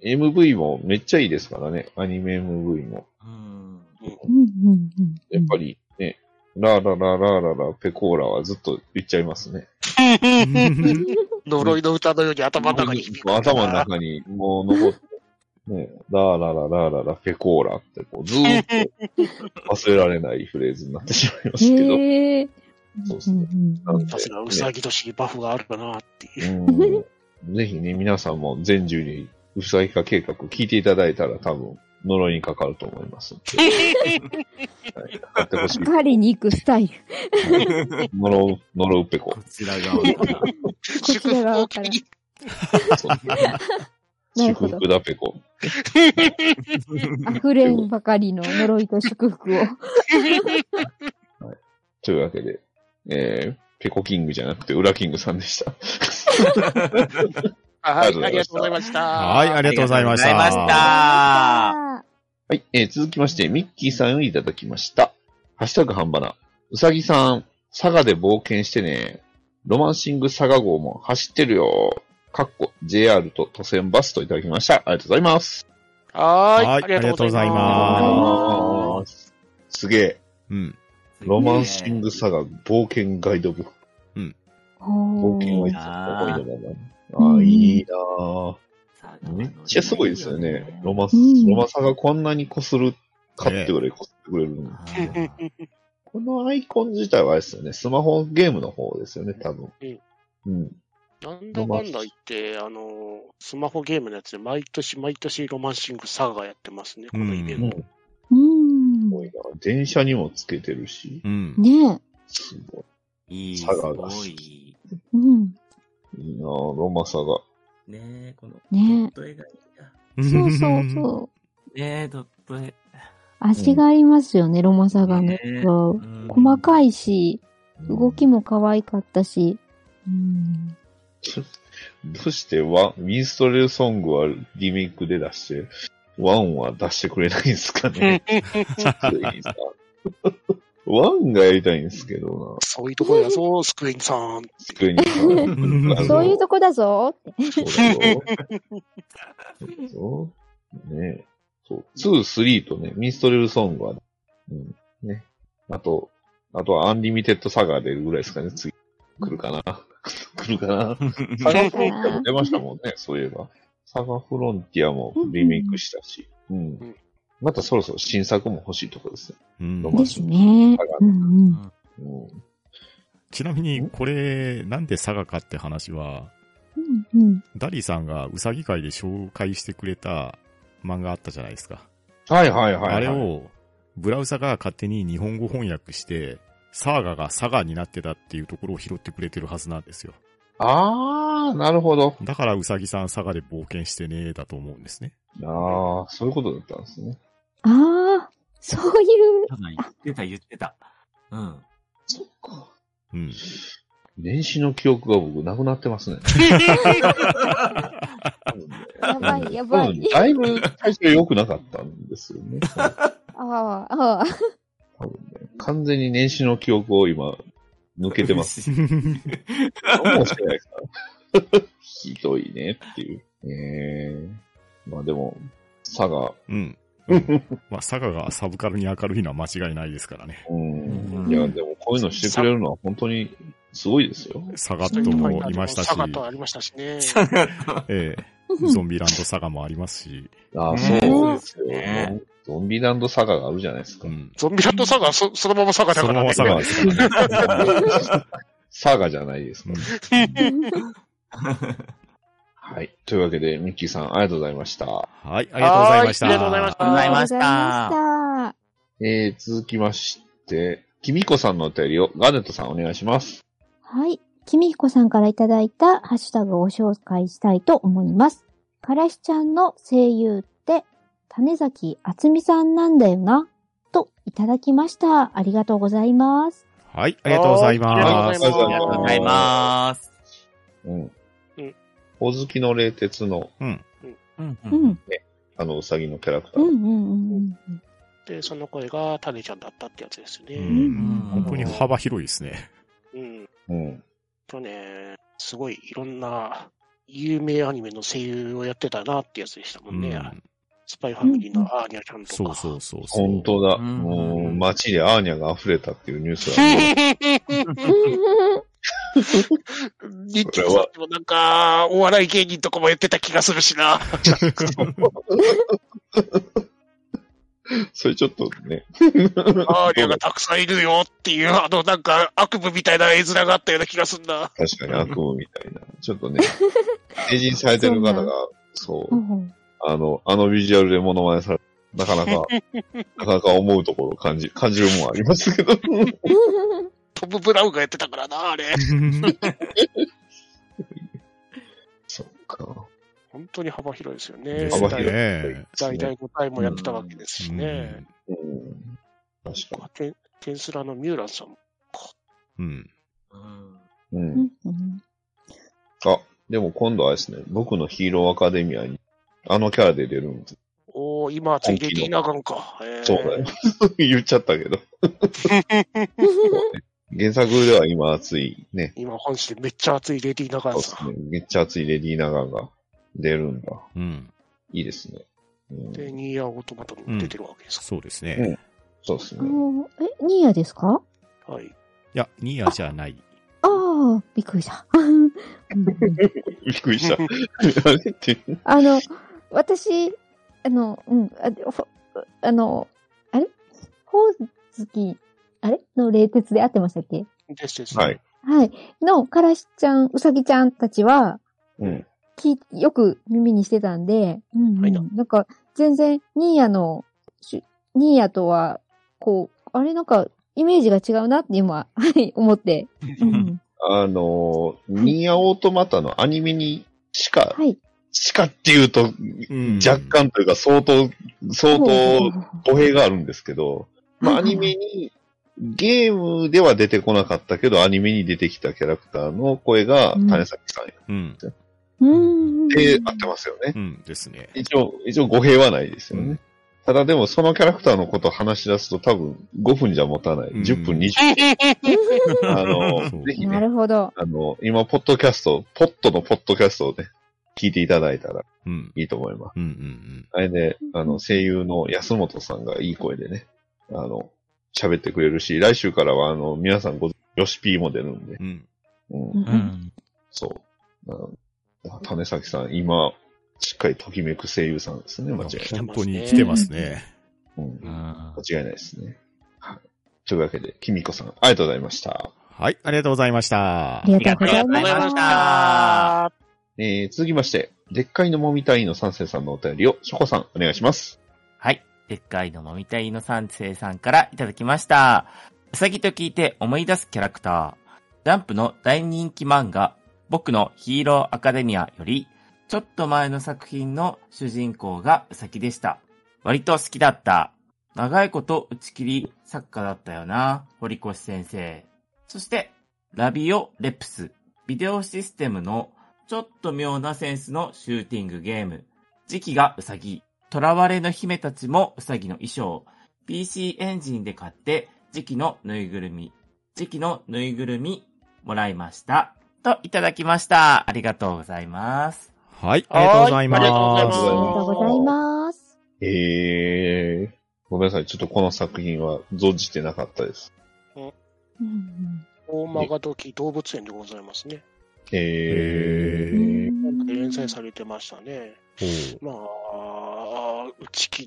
Speaker 3: MV もめっちゃいいですからね、アニメ MV も。
Speaker 1: うん。
Speaker 4: うんうんうん
Speaker 3: やっぱりね、ラーラララララペコーラはずっと言っちゃいますね。
Speaker 5: 呪いの歌のように頭の中に響く。
Speaker 3: 頭の中にもう残って、ね、ラーラララララペコーラってこうずーっと忘れられないフレーズになってしまいますけど。
Speaker 4: へえ。
Speaker 3: そうですね
Speaker 4: うんうん
Speaker 5: さすがうさぎ年バフがあるか なっていう。
Speaker 3: うんぜひね、皆さんも全住にうさぎ化計画聞いていただいたら多分呪いにかかると思いますんで。はい、買ってほしい。
Speaker 4: 狩りに行くスタイル。
Speaker 3: 呪う、呪うペコ
Speaker 1: こ。ちら側から。
Speaker 5: 祝福を君 に。
Speaker 4: な
Speaker 3: 祝
Speaker 4: るほど
Speaker 3: 福だペコ。
Speaker 4: 溢れんばかりの呪いと祝福を。
Speaker 3: というわけで、えー、ペコキングじゃなくて、ウラキングさんでした。
Speaker 5: はい、ありがとうございました。
Speaker 2: はい、ありがとうございました。
Speaker 1: ありがとうございました
Speaker 3: はい、えー、続きまして、ミッキーさんよりいただきました。ハッシュタグ半ばな。うさぎさん、佐賀で冒険してね。ロマンシング佐賀号も走ってるよ。かっこ JR と都線バスといただきました。ありがとうございます。
Speaker 5: はい、
Speaker 2: はい
Speaker 5: ありがとうござい
Speaker 4: あ
Speaker 5: ま
Speaker 4: ー
Speaker 3: す。すげえ。
Speaker 2: うん。
Speaker 3: ロマンシング佐賀冒険ガイドブック。
Speaker 4: ほ
Speaker 3: 冒
Speaker 4: ー
Speaker 3: 険はいいつも思い出だな。
Speaker 4: うん
Speaker 3: あー、いいなーめっちゃすごいですよね。ロマンス、
Speaker 4: うん
Speaker 3: ロマサがこんなにこするかってぐらいこすってくれるんで、
Speaker 1: あ
Speaker 5: す
Speaker 1: ー
Speaker 3: このアイコン自体はあれですよね。スマホゲームの方ですよね、多分。
Speaker 5: うん
Speaker 3: うん。
Speaker 5: なんだかんだ言って、あの、スマホゲームのやつで毎年毎年ロマンシングサガやってますね、このイベント。
Speaker 3: も
Speaker 4: うーん。
Speaker 3: う、電車にもつけてるし、
Speaker 2: うん。
Speaker 4: ね
Speaker 3: すごい。
Speaker 1: いい、す
Speaker 3: 佐賀が
Speaker 1: ごい。
Speaker 4: え。うん。
Speaker 3: いいなぁ、ロマサが。
Speaker 1: ねえ、この、
Speaker 4: ね
Speaker 1: ドット絵がいいな。
Speaker 4: そうそうそう。
Speaker 1: ねえ、ドット絵。
Speaker 4: 味がありますよね、ロマサガの。
Speaker 1: ねえうん
Speaker 4: 細かいし、
Speaker 1: うん
Speaker 4: 動きも可愛かったし。うん。
Speaker 3: どうしてワン、ミンストレルソングはリメイクで出して、ワンは出してくれないんですか ね。ワンがやりたいんですけど
Speaker 5: そういうところやぞ、スクリーンさ ん。
Speaker 3: な。机 にさ
Speaker 2: ん
Speaker 3: あの
Speaker 4: そういうとこだぞって。
Speaker 3: そうだよ。そうねそう。2、3とね、ミンストレルソングは、うん。ね。あと、あとはアンリミテッドサガー出るぐらいですかね、次。来るかな 来るかなサガフロンティアも出ましたもんね、そういえば。サガフロンティアもリメイクしたし。うん
Speaker 5: うん。
Speaker 3: またそろそろ新作も欲しいとこですね。
Speaker 2: うん
Speaker 3: ロマン
Speaker 4: ですね。うんうん。
Speaker 3: うん。
Speaker 2: ちなみに、これ、なんで佐賀かって話は、
Speaker 4: うんうん。
Speaker 2: ダリーさんがうさぎ会で紹介してくれた漫画あったじゃないですか。
Speaker 3: はいはいはい、はい。
Speaker 2: あれを、ブラウザが勝手に日本語翻訳して、サーガがサガになってたっていうところを拾ってくれてるはずなんですよ。
Speaker 3: あー、なるほど。
Speaker 2: だからうさぎさんサガで冒険してねーだと思うんですね。
Speaker 3: あー、そういうことだったんですね。
Speaker 4: ああ、そういう。
Speaker 1: 佐賀言ってた、言ってた。うん。
Speaker 3: そっか。
Speaker 2: うん。
Speaker 3: 年始の記憶が僕なくなってますね。
Speaker 4: やばい、や
Speaker 3: 多
Speaker 4: ば
Speaker 3: 分
Speaker 4: い。
Speaker 3: だいぶ体調良くなかったんですよね。
Speaker 4: ああ、ああ。
Speaker 3: 多分ね完全に年始の記憶を今、抜けてます。
Speaker 1: す。
Speaker 3: 何もしてないですから。ひどいねっていう。えー、まあでも、佐賀、
Speaker 2: うん。 まあ、佐賀がサブカルに明るいのは間違いないですからね。
Speaker 3: うん。
Speaker 1: うん
Speaker 3: いや、でもこういうのしてくれるのは本当にすごいですよ。
Speaker 2: サガットもいましたし
Speaker 5: サ、ガとありましたし ね。
Speaker 2: え え、ゾンビランドサガもありますし、
Speaker 3: ああ、
Speaker 1: ね
Speaker 3: そうですよ。
Speaker 1: ね
Speaker 3: ゾンビランド佐賀があるじゃないですか。
Speaker 2: うん。
Speaker 5: ゾンビランドサガ、そそのままサガだ
Speaker 2: そ
Speaker 5: か
Speaker 2: の
Speaker 5: ら
Speaker 2: ままサガ
Speaker 5: ね。
Speaker 2: ですか らね。
Speaker 3: 佐賀じゃないですか
Speaker 2: うん
Speaker 3: ら。 はい。というわけで、ミッキーさん、ありがとうございました。
Speaker 2: はい、ありがとうございました。
Speaker 5: はーいありがとうございました
Speaker 1: ありがとうございました
Speaker 4: ありがとうございました。
Speaker 3: えー、続きまして、キミコさんのお便りをガーネットさんお願いします。
Speaker 4: はい。君彦さんからいただいたハッシュタグを紹介したいと思います。からしちゃんの声優って、種崎厚美さんなんだよな、といただきました。ありがとうございます。
Speaker 2: はい、ありがとうございま
Speaker 5: ありがとうござ
Speaker 1: ありが
Speaker 5: います
Speaker 1: とうございます。
Speaker 3: うん。
Speaker 5: うん。
Speaker 3: ほずきの冷徹の、
Speaker 1: うんう
Speaker 4: うんん。
Speaker 3: あの、うさぎのキャラクタ
Speaker 4: う
Speaker 3: ー。
Speaker 4: んうん
Speaker 5: で、その声がタネちゃんだったってやつです
Speaker 2: す。う
Speaker 5: ね。
Speaker 2: ん本当に幅広いですね。
Speaker 5: うん。
Speaker 3: うん。
Speaker 5: とね、すごいいろんな有名アニメの声優をやってたなってやつでしたも
Speaker 2: うん
Speaker 5: ね。
Speaker 2: ん、
Speaker 5: スパイファミリーのアーニャちゃんとか。
Speaker 2: そうそうそうそう。
Speaker 3: 本当だ。
Speaker 1: うん
Speaker 3: もう、街でアーニャが溢れたっていうニュース が。
Speaker 4: うん うん。
Speaker 5: ニッキーさんもなんか、お笑い芸人とかもやってた気がするしな。
Speaker 3: それちょっとね。
Speaker 5: アーニャがたくさんいるよっていう、あのなんか悪夢みたいな絵面があったような気がすんな。
Speaker 3: 確かに悪夢みたいな。ちょっと ね、成人されてる方が、そうう、あの、あのビジュアルでモノマネされなかなか、なかなか思うところを感じ、感じるもんありますけど。
Speaker 5: トム・ブラウンがやってたからな、あれ。
Speaker 3: そっか。
Speaker 5: 本当に幅広いですよね。
Speaker 2: です
Speaker 3: 幅広い
Speaker 2: ね。
Speaker 5: 大体5回もやってたわけですしね。
Speaker 3: うん。確か
Speaker 5: テンテンスラのミューランさんも。
Speaker 2: うん。うん。
Speaker 1: うん
Speaker 3: に。うん。あ、でも今度はですね、僕のヒーローアカデミアに、あのキャラで出るんです。
Speaker 5: おー、今はついレディーナガンか。へー
Speaker 3: そうだよ。 言っちゃったけど。原作では今熱いね。
Speaker 5: 今、本誌でめっちゃ熱いレディーナガ
Speaker 3: そう
Speaker 5: ン
Speaker 3: です
Speaker 5: さん。
Speaker 3: ね。めっちゃ熱いレディー・ナガンが出るんだ。
Speaker 2: うん。
Speaker 3: いいですね。うん、
Speaker 5: で、ニーヤーオートマトも出てるわけですか
Speaker 2: そうですね。
Speaker 3: うん
Speaker 2: い
Speaker 3: そうです
Speaker 4: あ
Speaker 3: ね。
Speaker 4: のえ、ニーヤですか
Speaker 5: ら。はい。
Speaker 2: や、ニーヤじゃない。
Speaker 4: ああ、びっくりした。うんうん
Speaker 3: びっくり した。あれって。
Speaker 4: あの、私、あの、うん、あでほあの、あれほおずき、あれの冷徹で合ってましたっけ
Speaker 5: ですです。
Speaker 3: はい。
Speaker 4: はい。の、からしちゃん、うさぎちゃんたちは、
Speaker 3: うん。
Speaker 4: きよく耳にしてたんで、うん、う
Speaker 5: はい
Speaker 4: ん
Speaker 5: な
Speaker 4: なんか、全然、ニーヤの、しニーヤとは、こう、あれなんか、イメージが違うなって今、 はい、思って。うん、
Speaker 3: あのー、ニアオートマタのアニメにしか、
Speaker 4: はい。
Speaker 3: しかっていうと、
Speaker 2: うん
Speaker 3: 若。干というか相当、相当
Speaker 4: は
Speaker 3: 語弊があるんですけど、まあ、ア
Speaker 4: いはい
Speaker 3: ニメに、ゲームでは出てこなかったけど、アニメに出てきたキャラクターの声が
Speaker 4: うん
Speaker 3: 種崎さん
Speaker 2: うん。
Speaker 4: うん。
Speaker 3: で合ってますよね
Speaker 2: う。んですね。
Speaker 3: 一応、一応語弊はないですよね。ただでも、そのキャラクターのことを話し出すと多分5分じゃ持たない。
Speaker 2: うん
Speaker 3: 10分、20分。あ の、
Speaker 2: そう
Speaker 3: ぜひ ね、
Speaker 4: なるほど。
Speaker 3: あの、今、ポッドキャスト、ポットのポッドキャストをね、聞いていただいたら
Speaker 2: うん。
Speaker 3: いいと思います。
Speaker 2: うんうん
Speaker 3: あれで、あの、声優の安本さんがいい声でね、あの、喋ってくれるし、来週からは、あの、皆さんご、よしぴーも出るんで、
Speaker 2: うん。うん。
Speaker 3: うん、
Speaker 1: う。ん。
Speaker 3: そう。あの種崎さん、今、しっかりときめく声優さんですね、間違いな
Speaker 2: 本
Speaker 3: い。
Speaker 2: 当に来てますね。
Speaker 3: うん、
Speaker 1: う
Speaker 3: 間
Speaker 1: ん。
Speaker 3: 違いないですね。はい。というわけで、きみこさん、ありがとうございました。
Speaker 2: はい、ありがとうございました
Speaker 4: あ。りがとうございま
Speaker 1: ありがとうございまし
Speaker 4: したた。
Speaker 3: えー、続きまして、でっかいのもみたいの三世さんのお便りを、しょこさん、お願いします。
Speaker 1: はい。でっかいの飲みたいの三世さんからいただきました。うさぎと聞いて思い出すキャラクター。ジャンプの大人気漫画、僕のヒーローアカデミアより、ちょっと前の作品の主人公がうさぎでした。割と好きだった。長いこと打ち切り作家だったよな、堀越先生。そして、ラビオ・レプス。ビデオシステムのちょっと妙なセンスのシューティングゲーム。時期がうさぎ。囚われの姫たちもうさぎの衣装。PC エンジンで買って、時期のぬいぐるみ。時期のぬいぐるみ、もらいました。と、いただきました。ありがとうございます。
Speaker 2: はい、ありがとうございま。
Speaker 5: はいありがとうございますす
Speaker 4: ありがとうございます。
Speaker 3: えー、ごめんなさい、ちょっとこの作品は存じてなかったです。
Speaker 4: うん
Speaker 5: 大間時動物園でございますね。
Speaker 3: え
Speaker 4: う
Speaker 3: ー、
Speaker 4: ん
Speaker 5: 連載されてましたね。
Speaker 2: ほう
Speaker 5: まあ、打ち切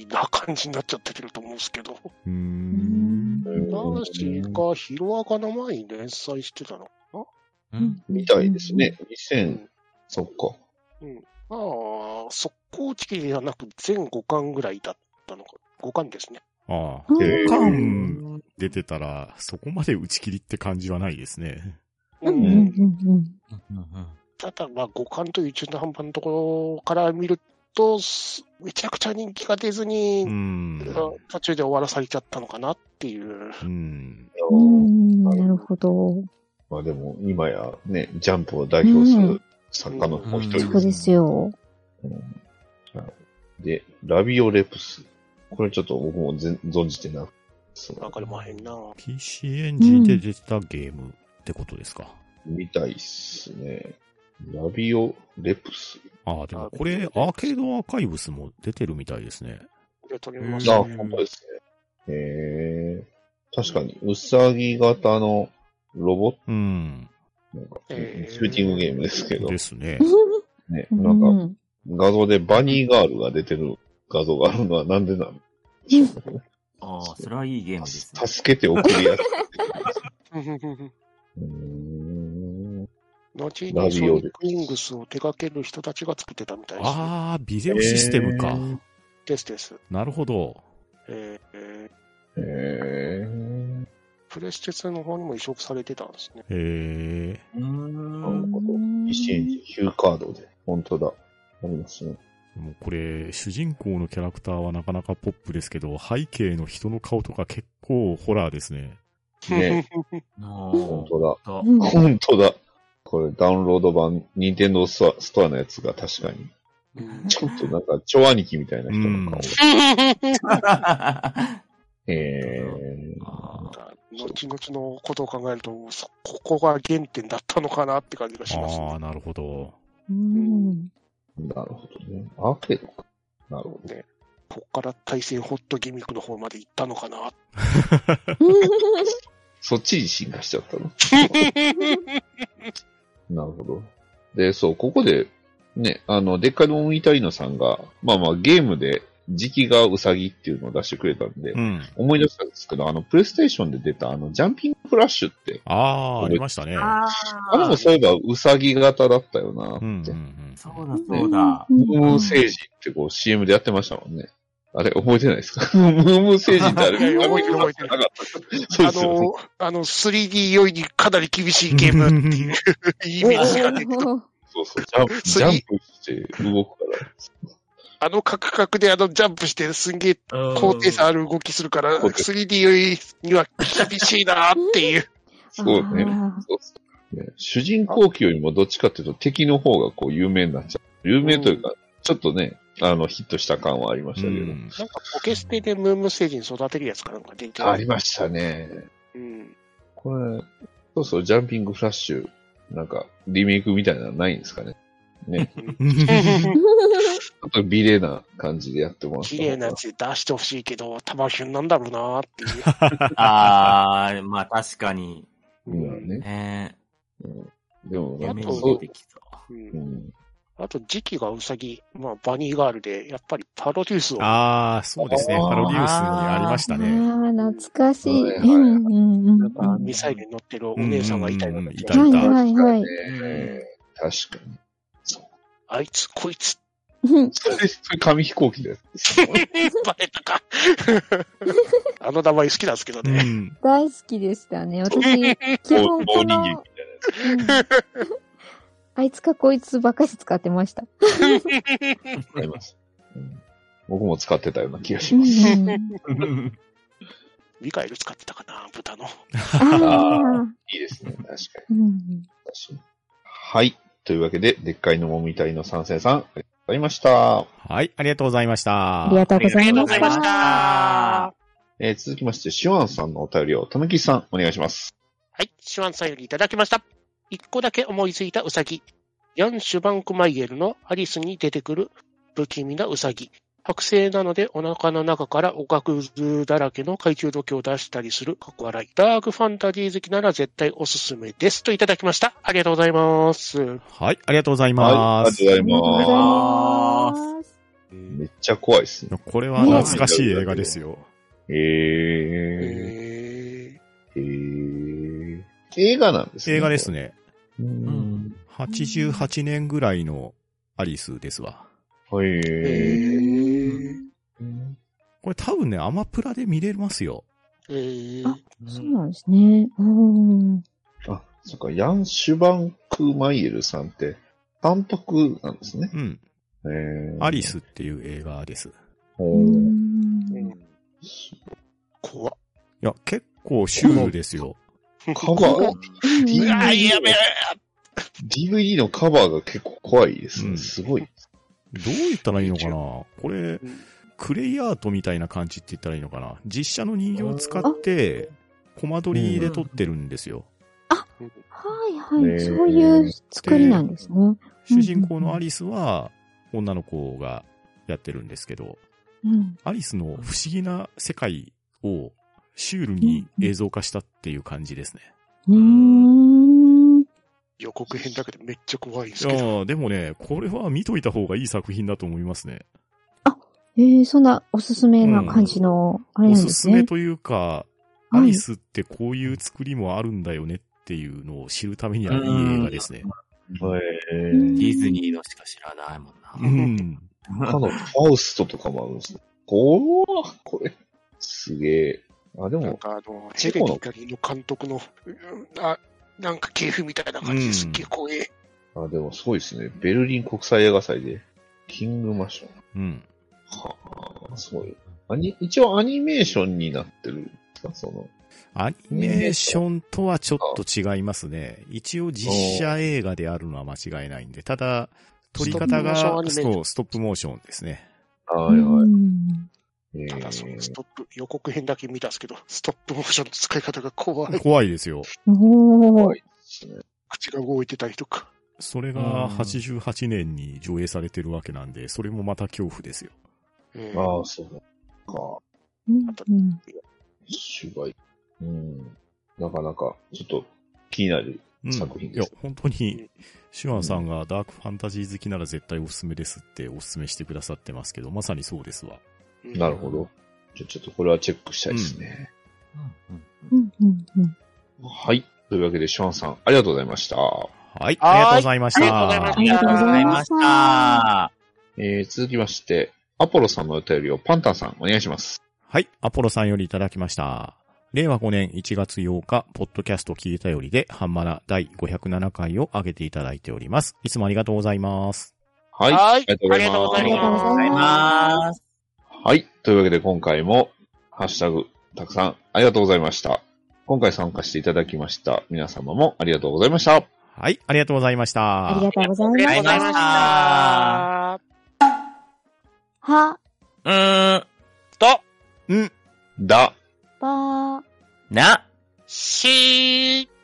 Speaker 5: りな感じになっちゃってると思うんですけど。
Speaker 2: うーん。
Speaker 5: 男子がヒロアカの前に連載してたの。
Speaker 1: うん。
Speaker 3: みたいですね。2000、そっか。
Speaker 5: まあ、速攻打ち切りではなく、全5巻ぐらいだったのか。5巻ですね。
Speaker 2: ああ、
Speaker 4: うん。
Speaker 3: えー
Speaker 2: カ
Speaker 4: うん
Speaker 2: ン出てたら、そこまで打ち切りって感じはないですね。
Speaker 4: う
Speaker 5: うん。
Speaker 4: うんん
Speaker 5: ただ、まあ、5巻という中途半端なところから見ると、すめちゃくちゃ人気が出ず
Speaker 2: う
Speaker 5: に、
Speaker 2: ーん。
Speaker 5: 途中で終わらされちゃったのかなっていう。
Speaker 2: うん。
Speaker 4: うんうんなるほど。
Speaker 3: まあでも、今やね、ジャンプを代表する作家のもう一
Speaker 1: う
Speaker 3: 人
Speaker 1: ん
Speaker 4: そうですよ。
Speaker 3: で、ラビオレプス。これちょっと僕も全存じてなくそう
Speaker 5: わかりまへんな。
Speaker 2: PC エンジンで出てたゲームってことですか。
Speaker 3: みたいっすね。ラビオレプス。
Speaker 2: ああ、でもこれ、アーケードアーカイブスも出てるみたいですね。
Speaker 5: これ取りま
Speaker 3: あ、
Speaker 5: し
Speaker 1: うん
Speaker 5: た。
Speaker 3: 本当ですね。へえ。確かに、ウサギ型のロボット
Speaker 2: うん。
Speaker 3: なんか、
Speaker 5: えー
Speaker 3: シューティングゲームですけど
Speaker 2: で、すね。
Speaker 3: ね、
Speaker 4: う
Speaker 3: なんか、
Speaker 4: ん
Speaker 3: 画像でバニーガールが出てる画像があるのはなんで なんでしょうね。
Speaker 1: ああ、それはいいゲームですね。
Speaker 3: 助けて送りやすい。うーん
Speaker 5: 後にソニックイングスを手掛ける人たちが作ってたみたいですね。
Speaker 2: ああ、ビデオシステムか。
Speaker 5: ですです。
Speaker 2: なるほど。
Speaker 5: えーえー
Speaker 3: へえ
Speaker 5: プレステ2の方にも移植されてたんですね。
Speaker 2: へえ。
Speaker 1: うー
Speaker 3: なる
Speaker 1: ん。
Speaker 3: ほど。PC エンジン、ヒューカードで。本当だ。ありますね。
Speaker 2: でもこれ、主人公のキャラクターはなかなかポップですけど、背景の人の顔とか結構ホラーですね。
Speaker 3: ね
Speaker 1: 本
Speaker 3: 本当だ。
Speaker 1: 当
Speaker 4: うん
Speaker 3: 本当だ。これ、ダウンロード版、ニンテンドーストアストアのやつが確かに。
Speaker 5: うん
Speaker 3: ちょっとなんか、超兄貴みたいな人の顔が。へえ
Speaker 5: 後々のことを考えると、そここが原点だったのかなって感じがします
Speaker 2: ああ、
Speaker 5: ね。
Speaker 2: なるほど。
Speaker 4: うん
Speaker 3: なるほどね。アーケードか。なるほど。
Speaker 5: ねここから対戦ホットギミックの方まで行ったのかな。
Speaker 3: そっちに進化しちゃった のなるほど。で、そう、ここで、ね、あの、でっかいのみたいのさんが、まあまあゲームで時期がウサギっていうのを出してくれたんで、
Speaker 2: うん。
Speaker 3: 思い出したんですけど、あの、プレイステーションで出たあの、ジャンピングフラッシュって、
Speaker 2: ああ、ありましたね。
Speaker 6: あ
Speaker 3: あれもそういえばウサギ型だったよなって。
Speaker 2: うんうんうん。
Speaker 1: そうだ、そうだ。
Speaker 4: ん
Speaker 3: ムームー星人ってこう CM でやってましたもんね。あれ、覚えてないですかムームー星人ってあれ、
Speaker 5: いやいや 覚えてる覚えてる
Speaker 3: なかったです。そう
Speaker 5: あ
Speaker 3: ですよね。
Speaker 5: の、あの、3D 酔いにかなり厳しいゲ ームっていうイメージがね、
Speaker 3: そうそう、ジャンプジャンプして動くから。
Speaker 5: あのカクカクであのジャンプしてすんげえ高低差ある動きするから、
Speaker 3: うん
Speaker 5: 3D 酔いには厳しいなーっていう。
Speaker 3: そうね。
Speaker 4: あー
Speaker 3: そうそうね主人公機よりもどっちかっていうと敵の方がこう有名になっちゃう。有名というか、ちょっとね、あの、ヒットした感はありましたけど。
Speaker 2: うん
Speaker 5: なんかポケステでムーム星人育てるやつかなんか出て
Speaker 3: ありましたね。
Speaker 5: うん。
Speaker 3: これ、そうそう、ジャンピングフラッシュ、なんか、リメイクみたいなのないんですかね。ね。ちょっと美麗な感じでやってもらった
Speaker 5: 綺
Speaker 3: 方が
Speaker 5: 麗なやつで出してほしいけど、多分旬なんだろうなーっていう。
Speaker 1: あー、まあ確かに。
Speaker 3: うんね。
Speaker 1: ね
Speaker 3: でも、
Speaker 1: え。
Speaker 3: な
Speaker 5: あ
Speaker 3: ん
Speaker 1: 目
Speaker 3: か
Speaker 5: と
Speaker 1: に
Speaker 3: そ
Speaker 1: 出て、
Speaker 3: う
Speaker 1: きそう
Speaker 3: うんん、
Speaker 5: あと時期がウサギ、まあ、バニーガールで、やっぱりパロデュースを。
Speaker 2: ああ、そうですね。
Speaker 3: あー
Speaker 2: パロディウスにありましたね。
Speaker 4: あー、懐かしい。
Speaker 3: はいは
Speaker 4: う
Speaker 3: い
Speaker 4: んうんう
Speaker 5: なん
Speaker 4: ん
Speaker 5: か、ミサイルに乗ってるお姉さんがいたような気が
Speaker 2: う
Speaker 5: す
Speaker 2: んうんうん
Speaker 5: る
Speaker 2: いたいた
Speaker 4: はいはいはい
Speaker 3: ね確かに。
Speaker 5: あいつ、こいつ、
Speaker 4: うん。
Speaker 3: それ、それ紙飛行機だよ。
Speaker 5: バレたか。 あの名前好きなんですけど
Speaker 2: う
Speaker 5: ね。
Speaker 2: ん。
Speaker 4: 大好きでしたね。私、基
Speaker 3: 棒
Speaker 4: 本こ
Speaker 3: 棒人間
Speaker 4: の、
Speaker 3: み
Speaker 4: うんあいつかこいつばっかし使ってました。
Speaker 3: たいなのあります。うん僕も使ってたような気がし
Speaker 4: う
Speaker 3: ま
Speaker 4: ん
Speaker 3: す。
Speaker 4: うん
Speaker 5: ミカエル使ってたかな、豚
Speaker 4: あ
Speaker 5: の。
Speaker 4: あ。
Speaker 3: いいですね。確かに。
Speaker 4: うん
Speaker 3: はい。というわけで、でっかいのもみたいの参戦さん、ありがとうございました。
Speaker 2: はい、ありがとうございました。
Speaker 4: ありがとうございま
Speaker 1: ありがとう
Speaker 4: し。
Speaker 1: ございました
Speaker 5: は
Speaker 3: えー続きまして、シュワンさんのお便りを、たぬきさん、お願いします。
Speaker 5: い、シュワンさんよりいただきました。一個だけ思いついたウサギ。ヤン・シュバンクマイエルのアリスに出てくる不気味なウサギ。剥製なのでお腹の中からおかくずだらけの懐中時計を出したりするかっこ笑い。ダークファンタジー好きなら絶対おすすめです。といただきました。ありがとうございます。
Speaker 2: はい、ありがとうござい
Speaker 3: はい、あ
Speaker 2: ます。
Speaker 3: りがとう
Speaker 4: ありがとう
Speaker 3: ご
Speaker 4: ご
Speaker 3: ざ
Speaker 4: ざ
Speaker 3: い
Speaker 4: い
Speaker 3: ま
Speaker 4: ます。
Speaker 3: す。めっちゃ怖いですね。
Speaker 2: これは懐かしい映画ですよ。
Speaker 3: え
Speaker 5: え
Speaker 3: ー、えー、映画なんですね。
Speaker 2: 映画です
Speaker 3: ね。
Speaker 2: ね。
Speaker 3: うーん。
Speaker 2: 88年ぐらいのアリスですわ。
Speaker 3: はい。
Speaker 5: ー、
Speaker 3: え
Speaker 5: えー、
Speaker 3: ー、
Speaker 2: これ多分ね、アマプラで見れますよ。
Speaker 5: えー
Speaker 4: あそうなんですね。うん。
Speaker 3: あ、そっか、ヤン・シュバンク・マイエルさんって、単独なんですね
Speaker 2: う。ん。
Speaker 3: えー、
Speaker 2: アリ。スっていう映画です。い
Speaker 3: お
Speaker 4: う
Speaker 3: ー
Speaker 4: ん
Speaker 5: 怖っ。
Speaker 2: や、結構シュールですよ。
Speaker 3: カバー、
Speaker 5: うわーやべえ
Speaker 3: DVD のカバーが結構怖いです
Speaker 2: う
Speaker 3: ね。
Speaker 2: ん
Speaker 3: すごい。
Speaker 2: どう言ったらいいのかなこれ、クレイアートみたいな感じって言ったらいいのかな実写の人形を使って、コマ撮りで撮ってるんですよ。
Speaker 4: はい
Speaker 3: え
Speaker 4: は
Speaker 3: ー
Speaker 4: い。そういう作りなんですね。
Speaker 2: 主人公のアリスは、女の子がやってるんですけど、
Speaker 4: うん。
Speaker 2: アリスの不思議な世界をシュールに映像化したっていう感じですね。
Speaker 4: うーん。
Speaker 5: 予告編だけでめっちゃ怖いんで
Speaker 2: い
Speaker 5: す
Speaker 2: や
Speaker 5: けど。
Speaker 2: ーでもね、これは見といた方がいい作品だと思いますね。
Speaker 4: えー、そんなおすすめな感じの、あれ
Speaker 2: お
Speaker 4: なん
Speaker 2: す
Speaker 4: ですす
Speaker 2: め
Speaker 4: ね。
Speaker 2: というか、
Speaker 4: は
Speaker 2: ア
Speaker 4: い
Speaker 2: リスってこういう作りもあるんだよねっていうのを知るためにはいい映画ですね。
Speaker 3: え
Speaker 4: うん
Speaker 1: ディズニーのしか知らないもんな。
Speaker 2: うん。
Speaker 3: 他のファウストとかもあるんですね。こわこれ。すげえ。あ、で
Speaker 5: なん
Speaker 3: も、
Speaker 5: かあの、ヘレリカリの監督の、うんあなんか系譜みたいな感じ
Speaker 2: う
Speaker 5: で
Speaker 2: ん
Speaker 5: すっげえ怖え。
Speaker 3: あ、でもすごいですね。ベルリン国際映画祭で、キングマション。
Speaker 2: うん。
Speaker 3: はあ、すごい。アニ一応アニメーションになってるんですかその。
Speaker 2: アニメーションとはちょっと違いますね。一応実写映画であるのは間違いないんで、ただ、撮り方が、
Speaker 5: ストップモーションアニメーション
Speaker 2: そう、ストップモーションですね。
Speaker 3: はいは
Speaker 4: うん
Speaker 3: い。え
Speaker 5: ただそのス
Speaker 3: ー、
Speaker 5: トップ、予告編だけ見たんですけど、ストップモーションの使い方が怖い。
Speaker 2: 怖いですよ。
Speaker 4: お
Speaker 3: 怖
Speaker 4: ー
Speaker 3: いですね。
Speaker 5: 口が動いてたりとか。
Speaker 2: それ
Speaker 1: う
Speaker 2: が
Speaker 1: ん
Speaker 2: 88年に上映されてるわけなんで、それもまた恐怖ですよ。
Speaker 5: うん
Speaker 3: ああ、そうか。
Speaker 4: うんうん
Speaker 3: 主外。うん。なかなか、ちょっと気になる
Speaker 2: うん、
Speaker 3: 作品
Speaker 2: い
Speaker 3: で
Speaker 2: や
Speaker 3: す、
Speaker 2: 本当に、シュワンさんがダークファンタジー好きなら絶対おすすめですっておすすめしてくださってますけど、まさにそうですわ。
Speaker 5: うん
Speaker 3: なるほど。じゃあちょっとこれはチェックしたいですね。
Speaker 1: うん
Speaker 4: うん、うん、うん。
Speaker 3: はい。というわけで、ショーンさん、ありがとうございました。
Speaker 2: はい、
Speaker 5: はーい
Speaker 2: ありがとうございました。
Speaker 5: ありがとうございました
Speaker 1: ありがとうございました。
Speaker 3: えー、続きまして、アポロさんのお便りをパンタンさん、お願いします。
Speaker 2: はい、アポロさんよりいただきました。令和5年1月8日、ポッドキャスト聞いたよりで、ハンマナ第507回を上げていただいております。いつもありがとうございます。
Speaker 3: はい。
Speaker 5: はい
Speaker 3: ありがとうござい
Speaker 4: ありがと
Speaker 3: ま
Speaker 4: うご
Speaker 3: す。
Speaker 4: ざいます
Speaker 1: ます。
Speaker 3: はい。というわけで今回も、ハッシュタグ、たくさんありがとうございました。今回参加していただきました皆様もありがとうございました。
Speaker 2: はい、ありがとうございました。
Speaker 4: ありがとうござい
Speaker 5: ありがとうござい
Speaker 4: ま
Speaker 5: まし。
Speaker 4: したた。は、
Speaker 1: うーん、
Speaker 5: と、
Speaker 2: うん。
Speaker 3: だ。
Speaker 4: ばー。
Speaker 1: な。
Speaker 5: しー。